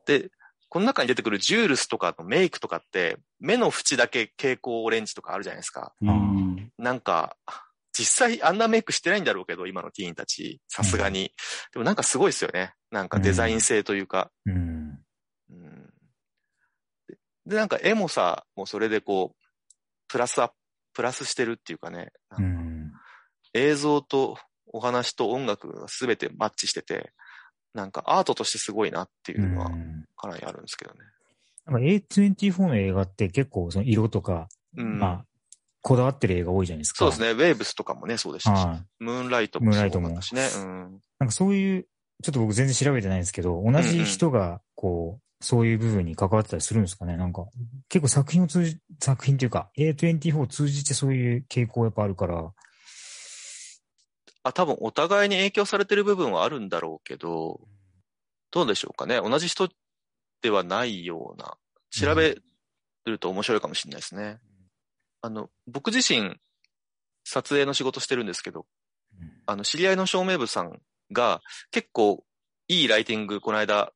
で、この中に出てくるジュールスとかのメイクとかって、目の縁だけ蛍光オレンジとかあるじゃないですか。うん。なんか、実際あんなメイクしてないんだろうけど、今のティーンたち、さすがに。でもなんかすごいですよね。なんかデザイン性というか。うん。うんでで、なんか絵もさ、もうそれでこう、プラスアップ、プラスしてるっていうかね、なんうかん。映像とお話と音楽が全てマッチしてて、なんかアートとしてすごいなっていううのはんかなりあるんですけどね。なんか A24 の映画って結構その色とか、うんまあ、こだわってる映画多いじゃないですか。そうですね、ウェーブスとかもね、そうでしたし、はい。ムーンライトもそうだったしね。うんなんかそういう、ちょっと僕全然調べてないんですけど、同じ人が、こう、そういう部分に関わってたりするんですかねなんか、結構作品を通じ、作品というか、A24 を通じてそういう傾向やっぱあるから、あ、多分お互いに影響されてる部分はあるんだろうけど、どうでしょうかね。同じ人ではないような。調べると面白いかもしれないですね。あの、僕自身、撮影の仕事してるんですけど、あの、知り合いの照明部さんが、結構いいライティング、この間、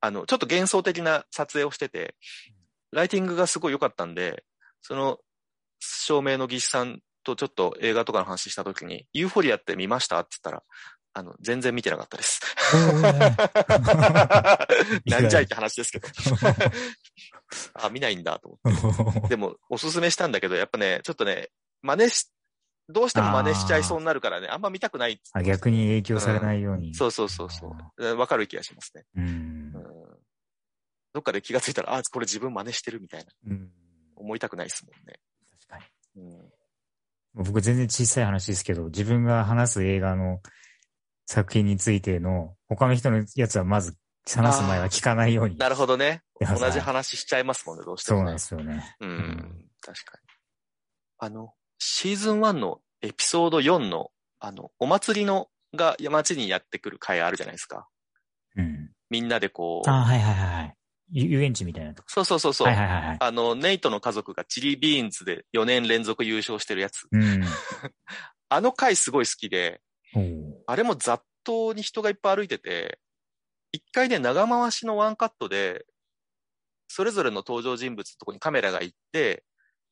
あの、ちょっと幻想的な撮影をしてて、ライティングがすごい良かったんで、その、照明の技師さんとちょっと映画とかの話した時に、ユーフォリアって見ましたって言ったら、あの、全然見てなかったです。なんじゃいって話ですけど。あ、見ないんだと思って。でも、おすすめしたんだけど、やっぱね、ちょっとね、真似し、どうしても真似しちゃいそうになるからね、あんま見たくないっつって あ逆に影響されないように。そうそうそうそう。わかる気がしますね。うんうん。どっかで気がついたら、あ、これ自分真似してるみたいな。うん。思いたくないですもんね。確かに。うん僕全然小さい話ですけど、自分が話す映画の作品についての、他の人のやつはまず話す前は聞かないように。なるほどね。いや同じ話しちゃいますもんね、どうしてそうも、なねんで。すよね。うんん。確かに。あの、シーズン1のエピソード4の、あの、お祭りのが街にやってくる会あるじゃないですか。うん。みんなでこう、あはいはいはいはい。ゆ遊園地みたいなとこ。そうそうそうそう、はいはいはいはい。あの、ネイトの家族がチリビーンズで4年連続優勝してるやつ。うん。あの回すごい好きで、おーあれも雑踏に人がいっぱい歩いてて、一回ね、長回しのワンカットで、それぞれの登場人物のとこにカメラが行って、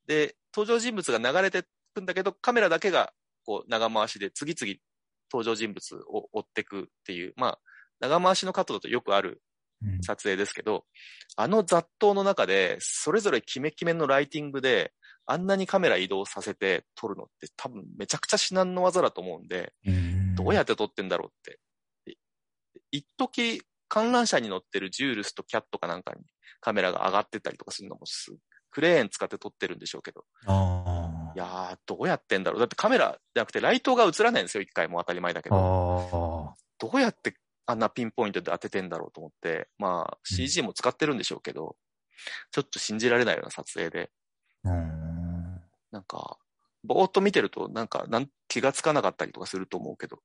で、登場人物が流れてくんだけど、カメラだけがこう長回しで次々登場人物を追ってくっていう、まあ、長回しのカットだとよくあるうん撮影ですけど、あの雑踏の中で、それぞれキメキメのライティングで、あんなにカメラ移動させて撮るのって多分めちゃくちゃ至難の技だと思うんで、うんどうやって撮ってんだろうって。い一時観覧車に乗ってるジュールスとキャットかなんかにカメラが上がってったりとかするのもすクレーン使って撮ってるんでしょうけど。あいやー、どうやってんだろう。だってカメラじゃなくてライトが映らないんですよ、一回も当たり前だけあ。ど。ああ。どうやってあんなピンポイントで当ててんだろうと思って、まあ CG も使ってるんでしょうけど、ちょっと信じられないような撮影で、うん。なんか、ぼーっと見てると、なんか、なん気がつかなかったりとかすると思うけど。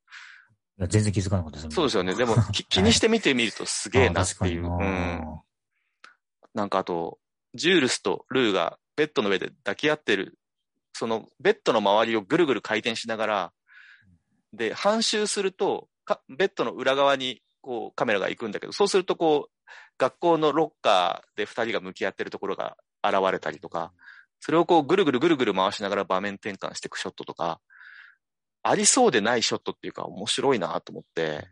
いや全然気づかなかったです。そうですよね。で も、き気にして見てみるとすげえなっていう。あうー確かにん。ななんかあと、ジュールスとルーがベッドの上で抱き合ってる、そのベッドの周りをぐるぐる回転しながら、で、半周すると、かベッドの裏側にこうカメラが行くんだけど、そうするとこう、学校のロッカーで二人が向き合ってるところが現れたりとか、それをこうぐるぐるぐるぐる回しながら場面転換していくショットとか、ありそうでないショットっていうか面白いなと思って、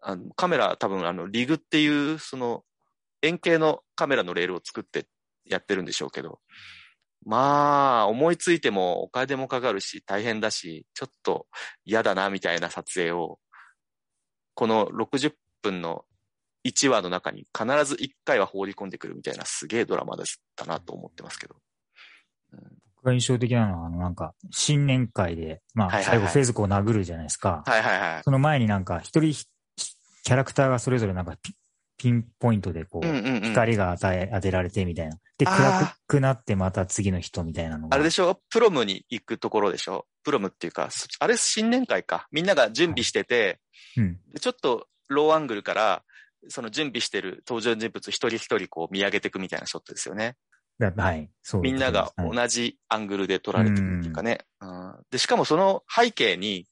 あのカメラ多分あのリグっていうその円形のカメラのレールを作ってやってるんでしょうけど、まあ、思いついてもお金もかかるし大変だし、ちょっと嫌だなみたいな撮影を、この60分の1話の中に必ず1回は放り込んでくるみたいなすげえドラマだったなと思ってますけど。僕が印象的なのは、あの、なんか、新年会で、まはいはあ、い最後、はいフェズコを殴るじゃないですか。はいはいはい。その前になんか、一人ひ、キャラクターがそれぞれなんかピ、ピンポイントでこうんう、うんうん。光が当え当てられてみたいな。で、あー暗くなってまた次の人みたいなのが。あれでしょプロムに行くところでしょプロムっていうか、そあれ新年会か。みんなが準備してて、うん。でちょっとローアングルから、その準備してる登場人物一人一人こう見上げていくみたいなショットですよね。だはい。そうみんながはい同じアングルで撮られてるっていうかね。うんで、しかもその背景に、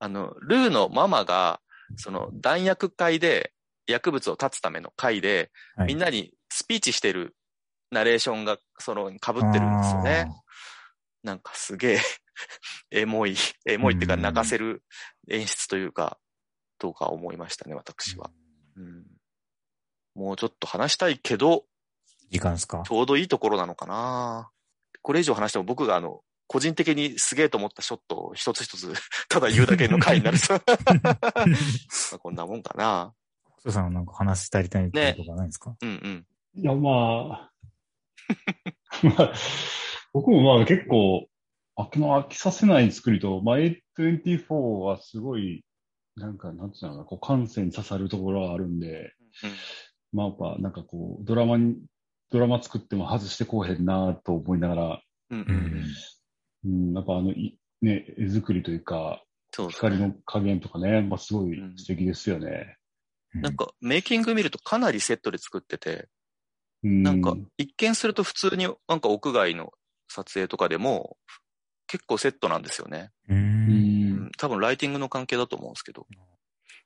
あの、ルーのママが、その弾薬会で薬物を断つための会で、はいみんなにスピーチしてるナレーションがその被ってるんですよね。なんかすげえ、 エモい、エモいっていうかうん泣かせる演出というか、どうか思いましたね、私は。うんもうちょっと話したいけど、時間ですかちょうどいいところなのかなこれ以上話しても僕があの、個人的にすげえと思ったショットを一つ一つ、 ただ言うだけの回 になるさ。まあこんなもんかな。北斗さんはなんか話したりたいこととかないですか、うんうん。いや、まあ、 まあ、僕もまあ結構、あこの飽きさせない作りと、まあ、A24 はすごい、なんか、なんていうのかな、こう、感性に刺さるところはあるんで、まあ、やっぱ、なんかこう、ドラマに、ドラマ作っても外してこうへんなと思いながら、うんうんううんん。うん、やっぱあの、いね、絵作りというか、そうです光ね。の加減とかね、まあ、すごい素敵ですよね。なんか、メイキング見るとかなりセットで作ってて、うん、なんか、一見すると普通になんか屋外の撮影とかでも、結構セットなんですよね。うー。うんん、多分ライティングの関係だと思うんですけど。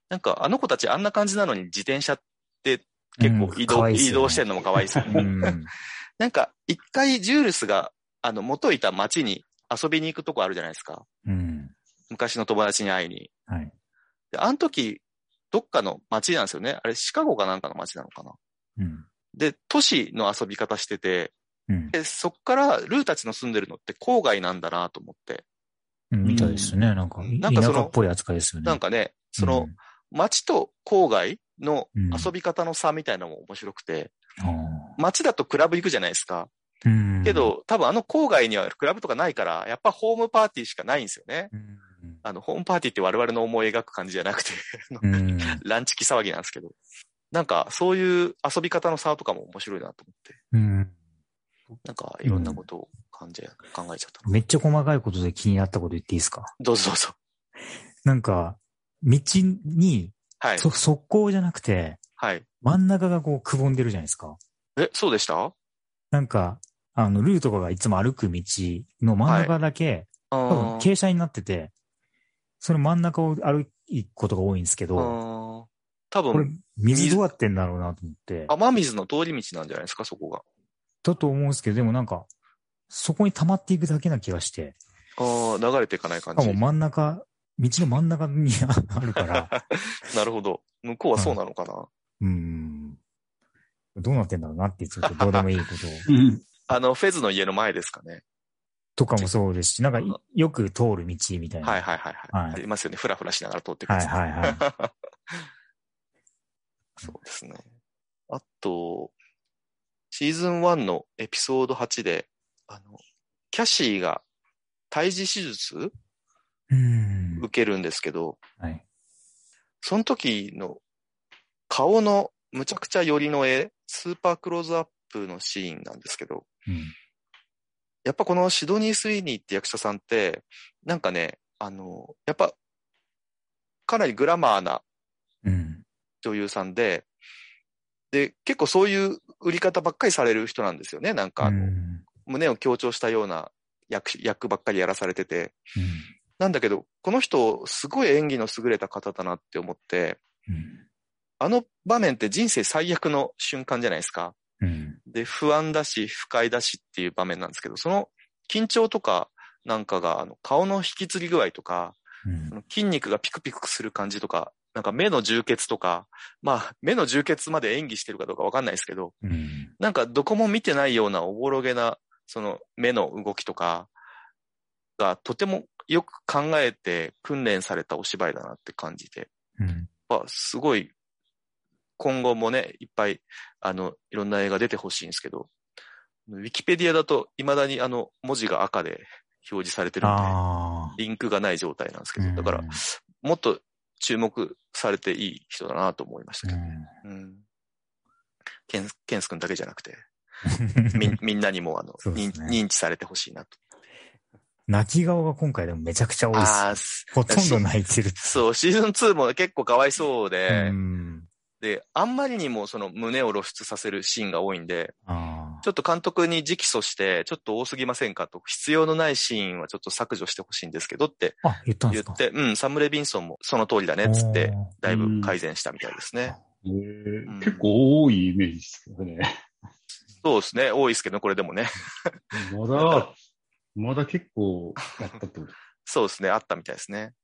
なんかあの子たちあんな感じなのに自転車って結構うん移か動、わいいっすよね移動してんのも可愛いですよね。うん。なんか一回ジュールスがあの元いた町に遊びに行くとこあるじゃないですか。うん。昔の友達に会いに。はい。で、あの時どっかの町なんですよね。あれシカゴかなんかの町なのかな。うん。で、都市の遊び方してて、うん。でそっからルーたちの住んでるのって郊外なんだなと思って。みたいですね。なんか、なんか田その舎っぽい扱いですよね。なんかね、その、うん街と郊外のうん遊び方の差みたいなのも面白くて、あ街だとクラブ行くじゃないですか。ーうんけ、ど、多分あの郊外にはクラブとかないから、やっぱホームパーティーしかないんですよね。うんあの、ホームパーティーって我々の思い描く感じじゃなくて、 うん。ランチキ騒ぎなんですけど。なんか、そういう遊び方の差とかも面白いなと思って、うん。なんか、いろんなことを感じ、考えちゃったな。めっちゃ細かいことで気になったこと言っていいですかどうぞどうぞ。なんか、道に、はい。そ、速攻じゃなくて、はい。真ん中がこうくぼんでるじゃないですか。え、そうでしたなんか、あの、ルーとかがいつも歩く道の真ん中だけ、あ多分ー傾斜になってて、その真ん中を歩くことが多いんですけあど、ー。多これ分、水どうやってんだろうなと思って、雨水の通り道なんじゃないですか、そこが。だと思うんですけど、でもなんか、そこに溜まっていくだけな気がして、ああ、流れていかない感しかじも。真ん中、道の真ん中にあるから、 なるほど。向こうはそうなのかな。うん。どうなってんだろうなって、ちょっとどうでもいいことをうん。あの、フェズの家の前ですかね。とかもそうですし、なんかいよく通る道みたいな。はいはいはいはい。はいありますよね。ふらふらしながら通ってくはるいはいはい。そうですね。あと、シーズン1のエピソード8で、あの、キャシーが胎児手術 うん。受けるんですけど、はい。その時の顔のむちゃくちゃ寄りの絵、スーパークローズアップのシーンなんですけど、うん。やっぱこのシドニー・スウィーニーって役者さんって、なんかね、あの、やっぱ、かなりグラマーなうん。女優さんで、で、結構そういう売り方ばっかりされる人なんですよね。なんか、あのうん胸を強調したような役役ばっかりやらされてて。うんなんだけど、この人、すごい演技の優れた方だなって思って、うんあの場面って人生最悪の瞬間じゃないですか。うんで、不安だし、不快だしっていう場面なんですけど、その緊張とかなんかが、あの顔の引きつり具合とか、うんその筋肉がピクピクする感じとか、なんか目の充血とか、まあ、目の充血まで演技してるかどうかわかんないですけど、うんなんかどこも見てないようなおぼろげな、その目の動きとかがとてもよく考えて訓練されたお芝居だなって感じで、うんまあ、すごい今後もね、いっぱいあの、いろんな映画出てほしいんですけど、ウィキペディアだと未だにあの文字が赤で表示されてるんで、あリンクがない状態なんですけあ。ど、だからうんもっと注目されていい人だなと思いましたけど。うん。ケンケンス君だけじゃなくて。みんみんなにもあの、そうで認すね認知されてほしいなと。 泣き顔が今回でもめちゃくちゃ多いです。あー、すほとんど泣いてる。 そう、シーズン2も結構かわいそうで、うんで、あんまりにもその胸を露出させるシーンが多いんで、あちょっと監督に直訴して、ちょっと多すぎませんかと、必要のないシーンはちょっと削除してほしいんですけどってあ。あ、言ったんで言すかって、うん、サム・レビンソンもその通りだね、つって、。だいぶ改善したみたいですね。 えーうん結構多いイメージですけどね。そうですね、多いですけど、これでもね。 まだ、まだ結構やったってこと。そうですね、あったみたいですね。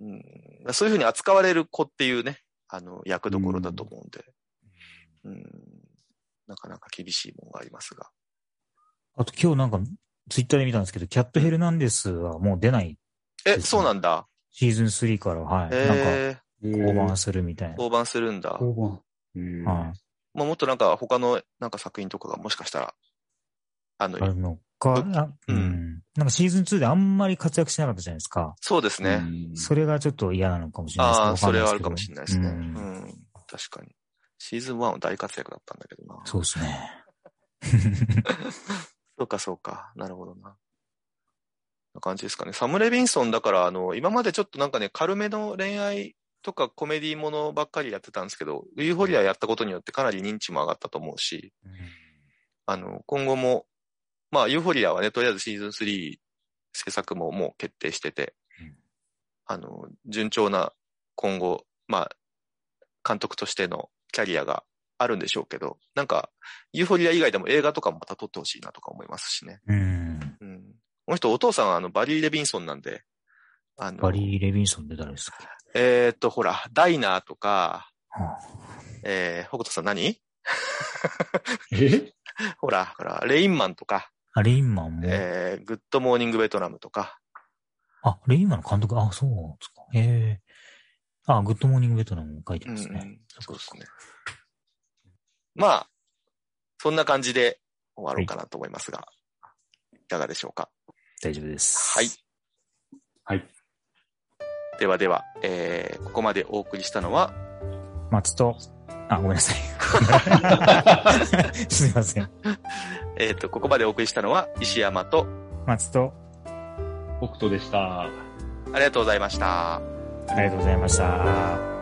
うん、そういうふうに扱われる子っていうね、あの、役どころだと思うんで、うん、なかなか厳しいものがありますが。あと今日なんか、ツイッターで見たんですけど、キャットヘルナンデスはもう出ない。え、ですねそうなんだ。シーズン3から、はい。なんか、え降板するみたいー、な。降板するんだ。交番。えーはまあ、もっとなんか他のなんか作品とかがもしかしたら、あのい。あ、るのか、あううんん。なんかシーズン2であんまり活躍しなかったじゃないですか。そうですね。うんそれがちょっと嫌なのかもしれないですけどああ、わそかんれないではあるすけどかもしれないですね。ううんん、確かに。シーズン1は大活躍だったんだけどな。そうですね。そうか、そうか。なるほどな。な感じですかね。サム・レビンソンだから、あの、今までちょっとなんかね、軽めの恋愛とかコメディものばっかりやってたんですけど、ユーフォリアやったことによってかなり認知も上がったと思うし、あの、今後も、まあ、ユーフォリアはね、とりあえずシーズン3制作ももう決定しててうん、あの、順調な今後、まあ、監督としてのキャリアがあるんでしょうけど、なんか、ユーフォリア以外でも映画とかもまた撮ってほしいなとか思いますしね。うん。うんこの人、お父さんはあのバリー・レビンソンなんで、あのバリー・レビンソンって誰ですかえーっと、ほら、ダイナーとか、はえー、北斗さん何えほら、ほら、レインマンとか、あ、レインマンも。えー、グッドモーニングベトナムとか、あ、レインマンの監督、あ、そうなんですか。ええあ、グッドモーニングベトナムも書いてうんうまんすね。そうですね。ね。まあ、そんな感じで終わろうかなと思いますが、いかがでしょうか。大丈夫です。はい。はい。ではでは、えー、ここまでお送りしたのは、松と、あ、ごめ んなさい。 すいません。えーっ、と、ここまでお送りしたのは、石山と、松と、北斗でした。ありがとうございました。ありがとうございました。